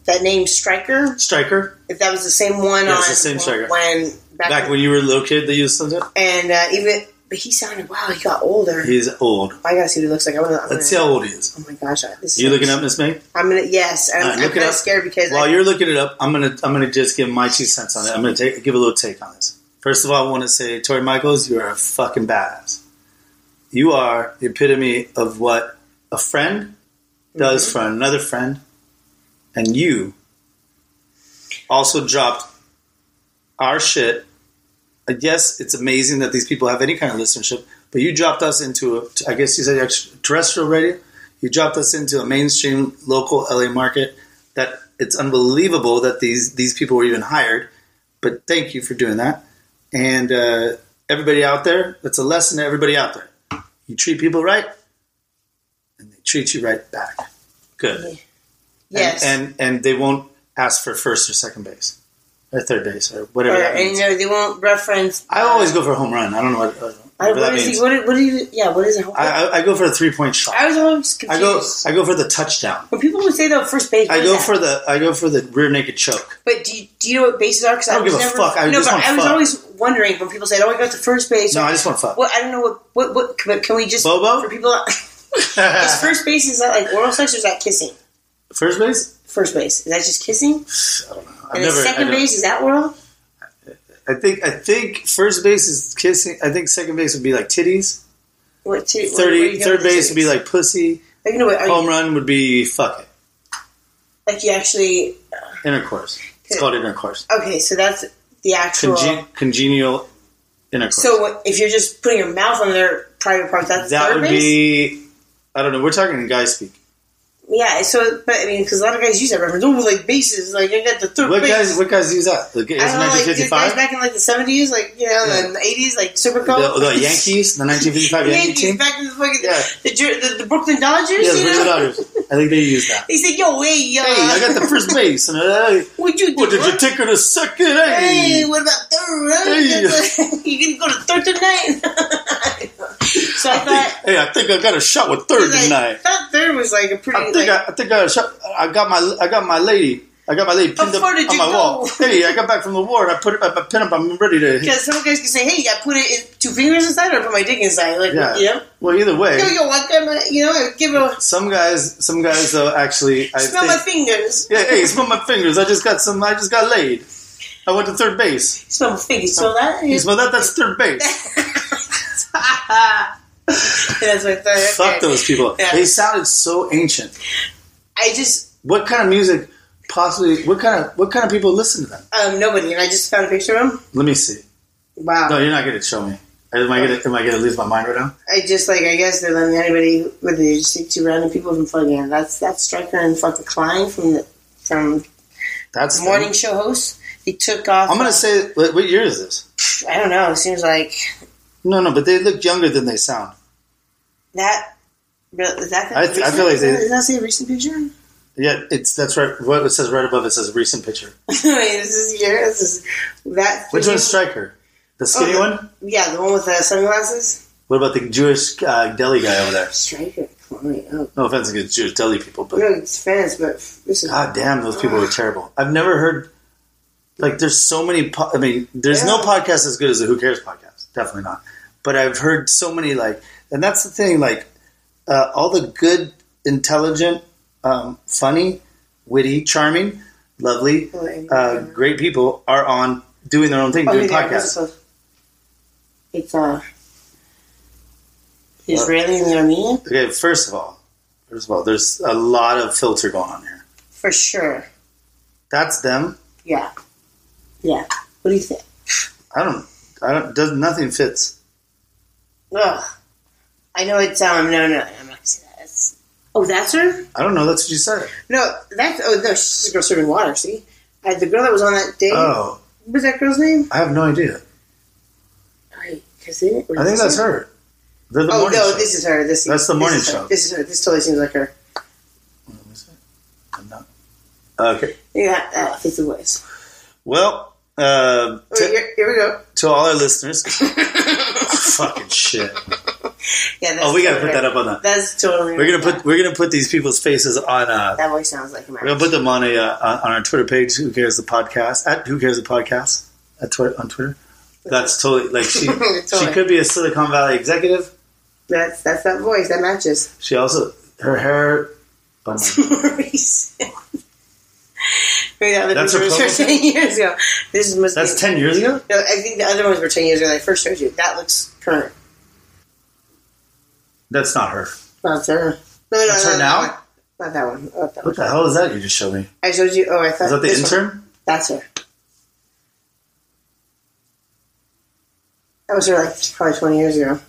Speaker 6: that name Striker.
Speaker 7: Striker.
Speaker 6: If that was the same one
Speaker 7: Yeah,
Speaker 6: on
Speaker 7: it's the same Stryker.
Speaker 6: when back,
Speaker 7: back, when you were a little kid, they used something.
Speaker 6: and uh, even but he sounded wow. He got older.
Speaker 7: He's old.
Speaker 6: I gotta see what he looks like. I wanna, I'm
Speaker 7: Let's see
Speaker 6: gonna-
Speaker 7: how old he is.
Speaker 6: Oh my gosh! I, this
Speaker 7: you
Speaker 6: is-
Speaker 7: looking up, Miss May?
Speaker 6: I'm gonna yes. I'm,
Speaker 7: All right,
Speaker 6: I'm
Speaker 7: look it
Speaker 6: kind of
Speaker 7: up.
Speaker 6: scared because
Speaker 7: While
Speaker 6: I,
Speaker 7: you're looking it up, I'm gonna I'm gonna just give my two cents on it. I'm gonna take, give a little take on this. First of all, I want to say, Tori Michaels, you are a fucking badass. You are the epitome of what a friend does for another friend, and you also dropped our shit. Uh, Yes, it's amazing that these people have any kind of listenership, but you dropped us into a, I guess you said extra- terrestrial radio. You dropped us into a mainstream local LA market that it's unbelievable that these these people were even hired. But thank you for doing that. And uh, everybody out there, that's a lesson to everybody out there. You treat people right, and they treat you right back. Good.
Speaker 6: yes.
Speaker 7: And and, and they won't ask for first or second base, or third base, or whatever.
Speaker 6: or,
Speaker 7: that
Speaker 6: and
Speaker 7: means.
Speaker 6: you know, they won't reference.
Speaker 7: I always go for a home run. I don't know what, uh,
Speaker 6: I,
Speaker 7: whatever
Speaker 6: what
Speaker 7: that
Speaker 6: is
Speaker 7: means.
Speaker 6: he? What, is- what do you? Yeah. What is it?
Speaker 7: I, I, I go for a three point shot.
Speaker 6: I was always confused.
Speaker 7: I go I go for the touchdown.
Speaker 6: when people would say though first base.
Speaker 7: I
Speaker 6: what is
Speaker 7: go
Speaker 6: that?
Speaker 7: for the I go for the rear naked choke.
Speaker 6: But do you, do you know what bases are? Because
Speaker 7: I don't
Speaker 6: was
Speaker 7: give a
Speaker 6: never,
Speaker 7: fuck. I
Speaker 6: no,
Speaker 7: just
Speaker 6: but
Speaker 7: want
Speaker 6: I was
Speaker 7: fuck.
Speaker 6: always wondering when people said, "Oh, I got the first base."
Speaker 7: No, I just want fuck.
Speaker 6: Well, I don't know what what what. But can we just
Speaker 7: Bobo?
Speaker 6: for people? is first base is that like oral sex or is that kissing?
Speaker 7: First base?
Speaker 6: First base is that just kissing?
Speaker 7: I've
Speaker 6: and then
Speaker 7: never- I
Speaker 6: second
Speaker 7: don't-
Speaker 6: base is that oral?
Speaker 7: I think I think first base is kissing. I think second base would be like titties.
Speaker 6: What? T- what- where
Speaker 7: Thirty
Speaker 6: you
Speaker 7: third
Speaker 6: go with
Speaker 7: base
Speaker 6: the
Speaker 7: would be like pussy.
Speaker 6: Like, you know what, are
Speaker 7: Home
Speaker 6: you-
Speaker 7: run would be fuck it.
Speaker 6: Like you actually
Speaker 7: Intercourse. It's called intercourse.
Speaker 6: okay, so that's the actual.
Speaker 7: Conge- congenial intercourse.
Speaker 6: so what, if you're just putting your mouth on their private part, that's
Speaker 7: that
Speaker 6: third
Speaker 7: would
Speaker 6: base.
Speaker 7: be I don't know. We're talking in guy speak.
Speaker 6: yeah. So, but I mean, because a lot of guys use that reference. Oh, like bases, like I got the third
Speaker 7: What
Speaker 6: base.
Speaker 7: guys? What guys use that? Like, is
Speaker 6: I don't know, like these guys
Speaker 7: 1955?
Speaker 6: back in like the seventies, like you know, the eighties, like Supercoach,
Speaker 7: the, the Yankees, the 1955
Speaker 6: the
Speaker 7: Yankee
Speaker 6: Yankees
Speaker 7: team.
Speaker 6: back in the fucking
Speaker 7: Yeah.
Speaker 6: the, Jer- the, the Brooklyn Dodgers.
Speaker 7: Yeah, the
Speaker 6: you
Speaker 7: Brooklyn
Speaker 6: know?
Speaker 7: Dodgers. I think they use that.
Speaker 6: They said, "Yo, hey, uh,
Speaker 7: Hey, I got the first base, and I,
Speaker 6: Would you?
Speaker 7: What did you take her to second? Hey,
Speaker 6: Hey, what about third? Right? you can go to third tonight." so I thought,
Speaker 7: hey, I think I got a shot with third
Speaker 6: like,
Speaker 7: tonight.
Speaker 6: thought third was like a pretty.
Speaker 7: I think
Speaker 6: like,
Speaker 7: I, I think I, shot, I got my I got my lady. I got my lady pinned up
Speaker 6: far did
Speaker 7: on
Speaker 6: you
Speaker 7: my
Speaker 6: go?
Speaker 7: wall. Hey, I got back from the war and I put it- I pin up. I'm ready to hit.
Speaker 6: because some guys can say, "Hey, I put it in two fingers inside, or I put my dick inside." Like,
Speaker 7: Yeah.
Speaker 6: you know,
Speaker 7: Well, either way,
Speaker 6: yo, yo, I got my, you know, I give a
Speaker 7: some guys, some guys though actually. I
Speaker 6: smell
Speaker 7: think,
Speaker 6: my fingers.
Speaker 7: Yeah, hey, smell my fingers. I just got some. I just got laid. I went to third base.
Speaker 6: smell my fingers. Smell that?
Speaker 7: You smell that? That's third base.
Speaker 6: That's my third.
Speaker 7: Fuck those people.
Speaker 6: Yeah.
Speaker 7: They sounded so ancient.
Speaker 6: I just
Speaker 7: What kind of music? Possibly. What kind of what kind of people listen to them?
Speaker 6: um nobody, and I just found a picture of him.
Speaker 7: Let me see.
Speaker 6: Wow.
Speaker 7: No, you're not going to show me. Am I going to am I going to lose my mind right now?
Speaker 6: I just like I guess they're letting anybody whether they just take two random people from fucking that's that's Striker and fucking Klein from the from
Speaker 7: That's
Speaker 6: the morning show host. They took off.
Speaker 7: I'm going
Speaker 6: uh,
Speaker 7: to say. What, what year is this?
Speaker 6: I don't know. It seems like
Speaker 7: No, no, but they look younger than they sound.
Speaker 6: that. real- Is that
Speaker 7: I- I
Speaker 6: recent?
Speaker 7: feel like
Speaker 6: Is that-
Speaker 7: they-
Speaker 6: Is that say recent picture?
Speaker 7: Yeah, it's that's right. What it says right above it says recent picture.
Speaker 6: Wait, this is here. This is that.
Speaker 7: Which one's Striker? The
Speaker 6: Oh,
Speaker 7: skinny
Speaker 6: the-
Speaker 7: one.
Speaker 6: Yeah, the one with the sunglasses.
Speaker 7: What about the Jewish uh, deli guy over there?
Speaker 6: Striker. Klein. Oh,
Speaker 7: No offense against Jewish deli people, but
Speaker 6: no, it's fans, but this is
Speaker 7: God damn, those people were terrible. I've never heard like there's so many. Po- I mean, there's no podcast as good as the Who Cares podcast. Definitely not. But I've heard so many like, and that's the thing. Like, uh, all the good, intelligent, um, funny, witty, charming, lovely, uh, great people are on doing their own thing, doing
Speaker 6: Oh, yeah,
Speaker 7: podcasts.
Speaker 6: it's, a- it's uh, Israeli and the Armenian
Speaker 7: Okay, first of all, first of all, there's a lot of filter going on here.
Speaker 6: for sure.
Speaker 7: That's them.
Speaker 6: Yeah, yeah. What do you think?
Speaker 7: I don't. I don't. Does nothing fits.
Speaker 6: Ugh. I know it's um. No, no, I'm not gonna say that. It's, oh, that's her.
Speaker 7: I don't know. That's what you said.
Speaker 6: No, that's oh no. She's a girl serving water. See, uh, the girl that was on that date.
Speaker 7: Oh,
Speaker 6: What was that girl's name?
Speaker 7: I have no idea.
Speaker 6: Cause it,
Speaker 7: I think that's her. They're the
Speaker 6: oh
Speaker 7: morning
Speaker 6: no,
Speaker 7: show.
Speaker 6: this is her. This
Speaker 7: That's the
Speaker 6: this
Speaker 7: morning
Speaker 6: is her.
Speaker 7: show.
Speaker 6: This is her. This totally seems like her.
Speaker 7: Oh, Okay.
Speaker 6: Yeah, uh, I think it was.
Speaker 7: Well, uh,
Speaker 6: Oh, here, here we go.
Speaker 7: to all our listeners, fucking shit.
Speaker 6: Yeah. That's
Speaker 7: Oh, we gotta
Speaker 6: totally
Speaker 7: put that
Speaker 6: her.
Speaker 7: up on that.
Speaker 6: That's totally.
Speaker 7: We're
Speaker 6: her.
Speaker 7: gonna put we're gonna put these people's faces on. Uh,
Speaker 6: That voice sounds like a
Speaker 7: we're gonna put them on a uh, on our Twitter page. Who cares the podcast at Who cares the podcast at Twitter on Twitter. That's totally like she.
Speaker 6: Totally.
Speaker 7: She could be a Silicon Valley executive.
Speaker 6: That's that's that voice that matches.
Speaker 7: She also her hair. Oh my-
Speaker 6: Maurice. Wait, the other
Speaker 7: That's her
Speaker 6: pictures were
Speaker 7: profile pic?
Speaker 6: ten years ago. This is must
Speaker 7: That's
Speaker 6: be-
Speaker 7: 10 years ago?
Speaker 6: No, I think the other ones were ten years ago. When I first showed you. That looks current.
Speaker 7: That's not her.
Speaker 6: No, it's her. No, no,
Speaker 7: That's
Speaker 6: no,
Speaker 7: her
Speaker 6: no,
Speaker 7: now.
Speaker 6: no, Not that one. Oh, that
Speaker 7: What the hell is that you just showed me?
Speaker 6: I showed you. Oh, I thought
Speaker 7: Is that the
Speaker 6: this one.
Speaker 7: intern?
Speaker 6: That's her. That was her like probably twenty years ago.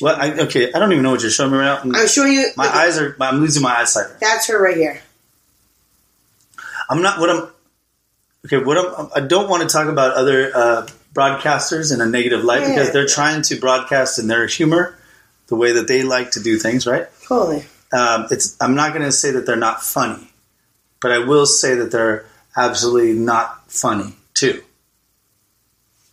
Speaker 7: What? I, okay, I don't even know what you're showing me right now.
Speaker 6: I'm showing you.
Speaker 7: My eyes are. I'm losing my eyesight.
Speaker 6: That's her right here.
Speaker 7: I'm not. What I'm. Okay, what I'm. I don't want to talk about other uh, broadcasters in a negative light
Speaker 6: Yeah.
Speaker 7: because they're trying to broadcast in their humor, the way that they like to do things. Right.
Speaker 6: Totally.
Speaker 7: Um, it's. I'm not going to say that they're not funny, but I will say that they're absolutely not funny too.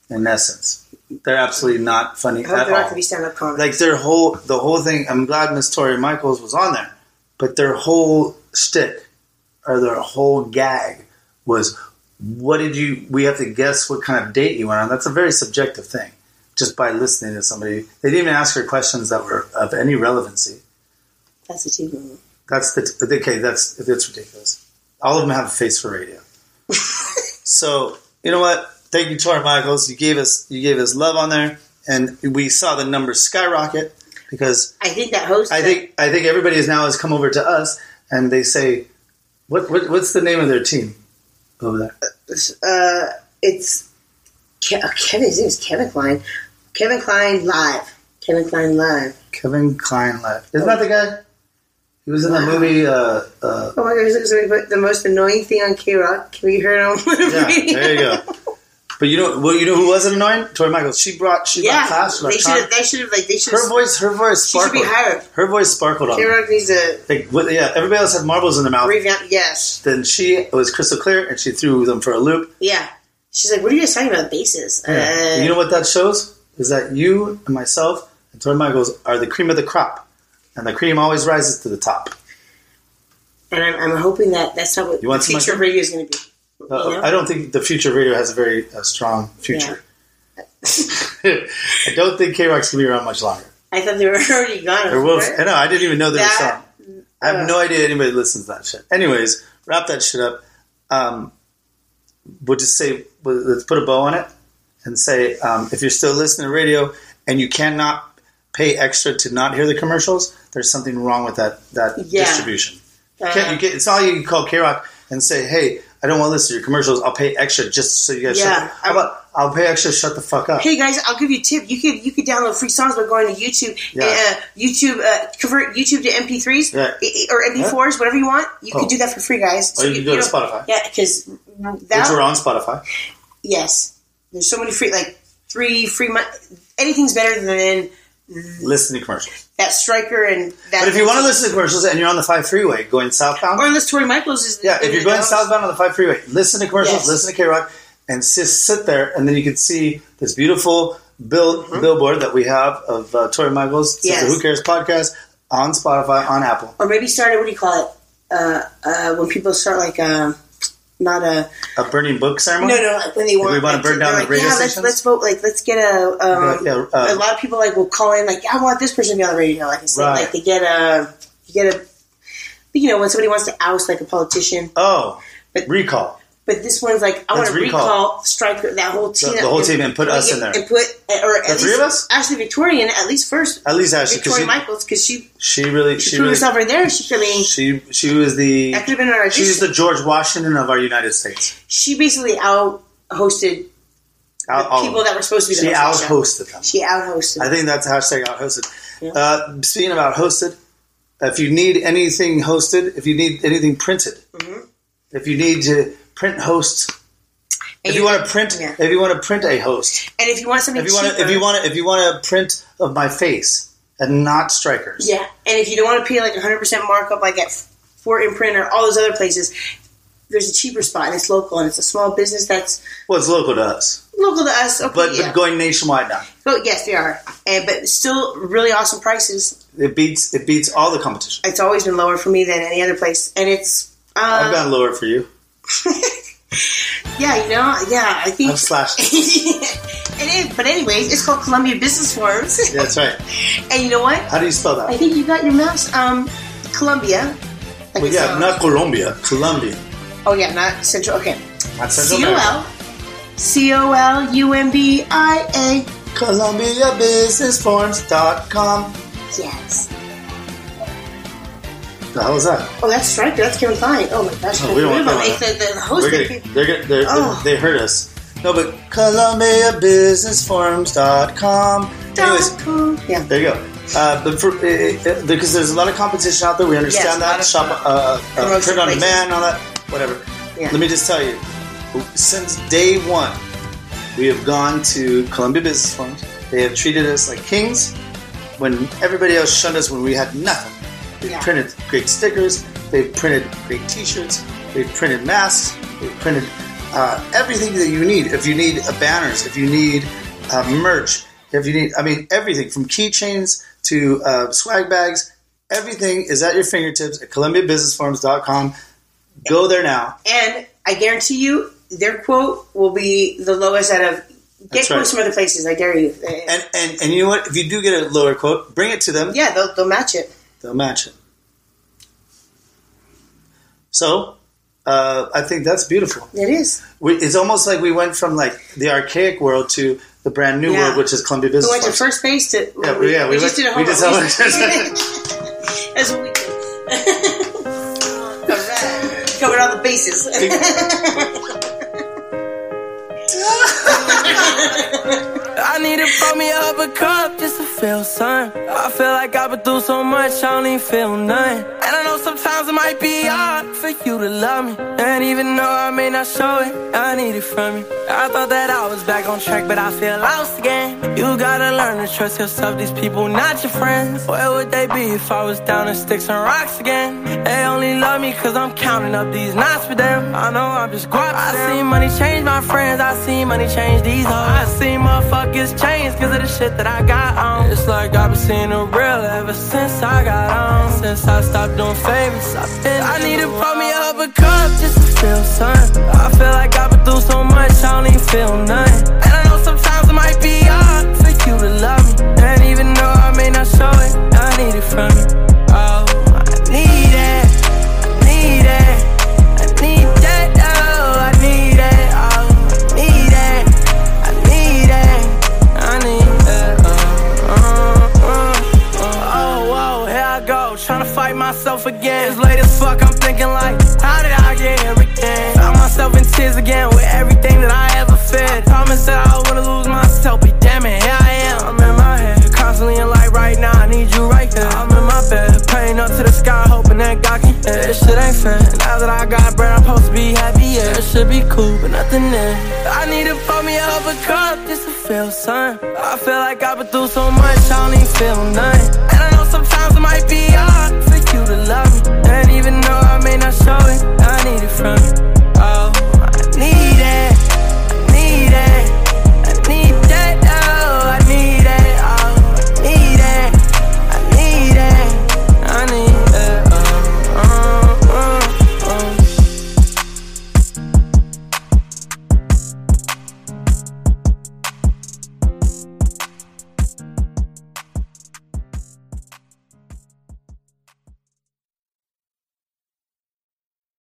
Speaker 7: In essence, they're absolutely not funny
Speaker 6: I hope
Speaker 7: at
Speaker 6: they're not
Speaker 7: all.
Speaker 6: gonna be stand up comics.
Speaker 7: like their whole the whole thing. I'm glad Miss Tori Michaels was on there, but their whole stick or their whole gag was, "What did you? We have to guess what kind of date you went on." That's a very subjective thing. Just by listening to somebody, they didn't even ask her questions that were of any relevancy.
Speaker 6: That's a TV movie.
Speaker 7: That's the okay. That's that's ridiculous. All of them have a face for radio. so you know what? Thank you, Tori Michaels. You gave us you gave us love on there, and we saw the numbers skyrocket because
Speaker 6: I think that host.
Speaker 7: I think I think everybody is now has come over to us and they say, what, what what's the name of their team over there?
Speaker 6: uh, it's Ke- oh, Kevin. His name is Kevin Klein. Kevin Klein live. Kevin Klein live.
Speaker 7: Kevin Klein left. Isn't that the guy? He was in the movie. Uh, uh,
Speaker 6: Oh my gosh! Look, somebody put the most annoying thing on K Rock. Can we hear it on?
Speaker 7: yeah, there you go. But you know, well, you know who wasn't annoying? Tori Michaels. She brought she
Speaker 6: Yeah,
Speaker 7: brought class. She brought
Speaker 6: they should
Speaker 7: charm.
Speaker 6: have. They should have like they should.
Speaker 7: her voice. Her voice
Speaker 6: She should
Speaker 7: sparkled.
Speaker 6: be hired.
Speaker 7: Her voice sparkled on.
Speaker 6: K
Speaker 7: her.
Speaker 6: Rock needs to
Speaker 7: Like what, yeah, everybody else had marbles in their mouth.
Speaker 6: revamp. Yes.
Speaker 7: Then she was crystal clear, and she threw them for a loop.
Speaker 6: Yeah. She's like, what are you guys talking about? Bases.
Speaker 7: Yeah.
Speaker 6: Uh,
Speaker 7: you know what that shows is that you and myself and Tori Michaels are the cream of the crop, and the cream always rises to the top.
Speaker 6: And I'm, I'm hoping that that's not what
Speaker 7: You want
Speaker 6: the
Speaker 7: some
Speaker 6: future
Speaker 7: mushroom?
Speaker 6: radio is going to be.
Speaker 7: Uh,
Speaker 6: You know?
Speaker 7: I don't think the future of radio has a very uh, strong future. I don't think K Rock's gonna be around much longer.
Speaker 6: I thought they were already gone.
Speaker 7: Or will, I know I didn't even know there was
Speaker 6: That- Oh.
Speaker 7: some. I have no idea anybody listens to that shit. Anyways, wrap that shit up. Um, we'll just say well, let's put a bow on it and say um, if you're still listening to radio and you cannot pay extra to not hear the commercials, there's something wrong with that that
Speaker 6: Yeah. Uh.
Speaker 7: distribution. You can't, you can't, it's not like you can call K Rock and say, "Hey, I don't want to listen to your commercials. I'll pay extra just so you guys."
Speaker 6: Yeah.
Speaker 7: shut, how about I'll pay extra. Shut the fuck up.
Speaker 6: Hey guys, I'll give you a tip. You could you could download free songs by going to YouTube.
Speaker 7: Yeah.
Speaker 6: Uh, YouTube uh, convert YouTube to MP3s
Speaker 7: Yeah.
Speaker 6: i- i- or MP4s, whatever you want. You
Speaker 7: Oh.
Speaker 6: could do that for free, guys.
Speaker 7: Or you can go to
Speaker 6: don't-
Speaker 7: Spotify.
Speaker 6: Yeah, because
Speaker 7: Which are
Speaker 6: that
Speaker 7: on Spotify.
Speaker 6: yes, there's so many free like three free month. Anything's better than
Speaker 7: Listen to commercials.
Speaker 6: that striker and that.
Speaker 7: But if you want to listen to commercials and you're on the five freeway going southbound,
Speaker 6: or unless Tori Michaels is
Speaker 7: yeah, if you're going
Speaker 6: Yeah.
Speaker 7: southbound on the five freeway, listen to commercials,
Speaker 6: Yes.
Speaker 7: listen to K Rock, and just sit there, and then you can see this beautiful bill, billboard that we have of uh, Tori Michaels, it's
Speaker 6: Mm-hmm. Yes.
Speaker 7: the Who Cares podcast on Spotify, on Apple.
Speaker 6: or maybe start a what do you call it? Uh, uh, when people start like um, not a
Speaker 7: A burning book ceremony?
Speaker 6: No, no. Like when they want,
Speaker 7: we want
Speaker 6: like,
Speaker 7: to burn down
Speaker 6: they're
Speaker 7: the
Speaker 6: like,
Speaker 7: radio
Speaker 6: yeah, let's,
Speaker 7: station?
Speaker 6: let's vote. Like, let's get a. Um,
Speaker 7: Yeah, yeah, uh,
Speaker 6: a lot of people like will call in. Like, I want this person to be on the radio. Like I said,
Speaker 7: Right.
Speaker 6: like they get a, you get a, you know, when somebody wants to oust like a politician.
Speaker 7: Oh, recall.
Speaker 6: But this one's like, I want
Speaker 7: That's
Speaker 6: to
Speaker 7: recall.
Speaker 6: recall Stryker, that whole team,
Speaker 7: the whole team, and put us in there.
Speaker 6: and put or at
Speaker 7: The
Speaker 6: least
Speaker 7: three of us?
Speaker 6: Ashley Victorian, at least first,
Speaker 7: At least Ashley, 'cause
Speaker 6: Victoria
Speaker 7: she-
Speaker 6: Michaels, because she
Speaker 7: She really,
Speaker 6: she
Speaker 7: she
Speaker 6: threw
Speaker 7: really,
Speaker 6: herself right there. She, I mean,
Speaker 7: she she was the
Speaker 6: that could have been our
Speaker 7: she's
Speaker 6: audition.
Speaker 7: the George Washington of our United States.
Speaker 6: She basically out hosted
Speaker 7: Out- all of
Speaker 6: people
Speaker 7: them.
Speaker 6: that were supposed to be the
Speaker 7: oh. She
Speaker 6: host of the
Speaker 7: out-hosted them.
Speaker 6: She out hosted.
Speaker 7: I think that's hashtag out hosted. Uh, speaking about hosted, if you need anything hosted, if you need anything printed,
Speaker 6: Mm-hmm.
Speaker 7: if you need to print host, if you want to print, if you want to print a host,
Speaker 6: And if you want something
Speaker 7: if you want to,
Speaker 6: cheaper,
Speaker 7: if you want to, if you want to print of my face and not strikers,
Speaker 6: yeah. And if you don't want to pay like 100 percent markup, like at Fort Imprint or all those other places, there's a cheaper spot and it's local and it's a small business that's
Speaker 7: what's local to us,
Speaker 6: local to us. Okay,
Speaker 7: but
Speaker 6: yeah.
Speaker 7: but going nationwide now,
Speaker 6: But yes, they are, and but still really awesome prices.
Speaker 7: it beats it beats all the competition.
Speaker 6: It's always been lower for me than any other place, and it's uh,
Speaker 7: I've gone lower for you.
Speaker 6: yeah, you know, yeah, I think.
Speaker 7: I've slashed.
Speaker 6: it is, but anyways, it's called Columbia Business Forums,
Speaker 7: Yeah, that's right.
Speaker 6: and you know what?
Speaker 7: How do you spell that?
Speaker 6: I think you got your mouse. Um, Columbia. uh,
Speaker 7: well, yeah, not Colombia, Colombia.
Speaker 6: Oh yeah, not Central. Okay,
Speaker 7: Not Central
Speaker 6: C O L
Speaker 7: America.
Speaker 6: C O L U M B I A.
Speaker 7: ColumbiaBusinessForums.com.
Speaker 6: Yes.
Speaker 7: The hell is that?
Speaker 6: Oh, that's Striker. That's Kevin Klein. Oh my gosh.
Speaker 7: No, we don't
Speaker 6: Remember,
Speaker 7: want
Speaker 6: it's
Speaker 7: that.
Speaker 6: the, the host.
Speaker 7: We're
Speaker 6: that
Speaker 7: gonna,
Speaker 6: people-
Speaker 7: they're gonna, they're,
Speaker 6: Oh.
Speaker 7: they hurt us. No, but ColumbiaBusinessForums.com. Anyways,
Speaker 6: yeah.
Speaker 7: there you go. Uh, but for, uh, uh, because there's a lot of competition out there, we
Speaker 6: Yes,
Speaker 7: understand
Speaker 6: a lot
Speaker 7: that.
Speaker 6: of-
Speaker 7: Shop, uh, uh,
Speaker 6: Promotion
Speaker 7: print on
Speaker 6: places.
Speaker 7: demand, all that, whatever.
Speaker 6: Yeah.
Speaker 7: Let me just tell you, since day one, we have gone to Columbia Business Forums. They have treated us like kings when everybody else shunned us when we had nothing. They
Speaker 6: Yeah.
Speaker 7: have printed great stickers. They have printed great T-shirts. They have printed masks. They have printed uh, everything that you need. If you need uh, banners, if you need uh, merch, if you need, I mean, everything from keychains to uh, swag bags, everything is at your fingertips at ColumbiaBusinessForums.com. Go there now.
Speaker 6: And I guarantee you, their quote will be the lowest out of. Get
Speaker 7: That's right.
Speaker 6: quotes from other places. I dare you.
Speaker 7: And, and and you know what? If you do get a lower quote, bring it to them.
Speaker 6: yeah, they'll, they'll match it.
Speaker 7: They'll match it. So, uh, I think that's beautiful.
Speaker 6: It is.
Speaker 7: We, it's almost like we went from like the archaic world to the brand new
Speaker 6: Yeah.
Speaker 7: world, which is Columbia
Speaker 6: we
Speaker 7: Business.
Speaker 6: went to
Speaker 7: Forums.
Speaker 6: first base to.
Speaker 7: Yeah, we- yeah, we
Speaker 6: just did a
Speaker 7: went-
Speaker 6: whole
Speaker 7: we just-
Speaker 6: That's what we did. All right. Covered all the bases.
Speaker 13: I need to pour me up a cup just to feel something. I feel like I've been through so much, I don't even feel nothing. And I know sometimes it might be hard for you to love me. And even though I may not show it, I need it from you. I thought that I was back on track, but I feel lost again. You gotta learn to trust yourself, these people not your friends. Where would they be if I was down in sticks and rocks again? They only love me cause I'm counting up these knots for them. I know I'm just guap. I seen money change my friends, I seen money change these hoes. I seen motherfuckers change cause of the shit that I got on. It's like I've been seeing the real ever since I got on. Since I stopped doing favors, I've been. I need to pour me up a cup just to feel something. I feel like I've been through so much, I don't even feel nothing. And I know sometimes it might be hard for you to love me. And even though I may not show it, I need it from you. Oh, I need it. I need it. I need that. Oh, I need it. Oh, I need it. I need it. I need that. Oh, oh, oh, oh, oh, oh, here I go. Tryna fight myself again. It's late as fuck. I'm thinking like, how did I get here again? Found myself in tears again with everything that I ever fed. Promise that I wouldn't lose myself. But damn it, here I am. I'm in my head, constantly in light right now. I need you right here. I'm in my bed, praying up to the sky, hoping that God can hear. This shit ain't fair. Now that I got bread, I'm supposed to be happy. Yeah, it should be cool, but nothing there. I need to pour me up a cup just to feel something. I feel like I've been through so much, I don't even feel nothing. And I know sometimes it might be hard for you to love me. And even though I may not show it, I need it from you. oh, oh,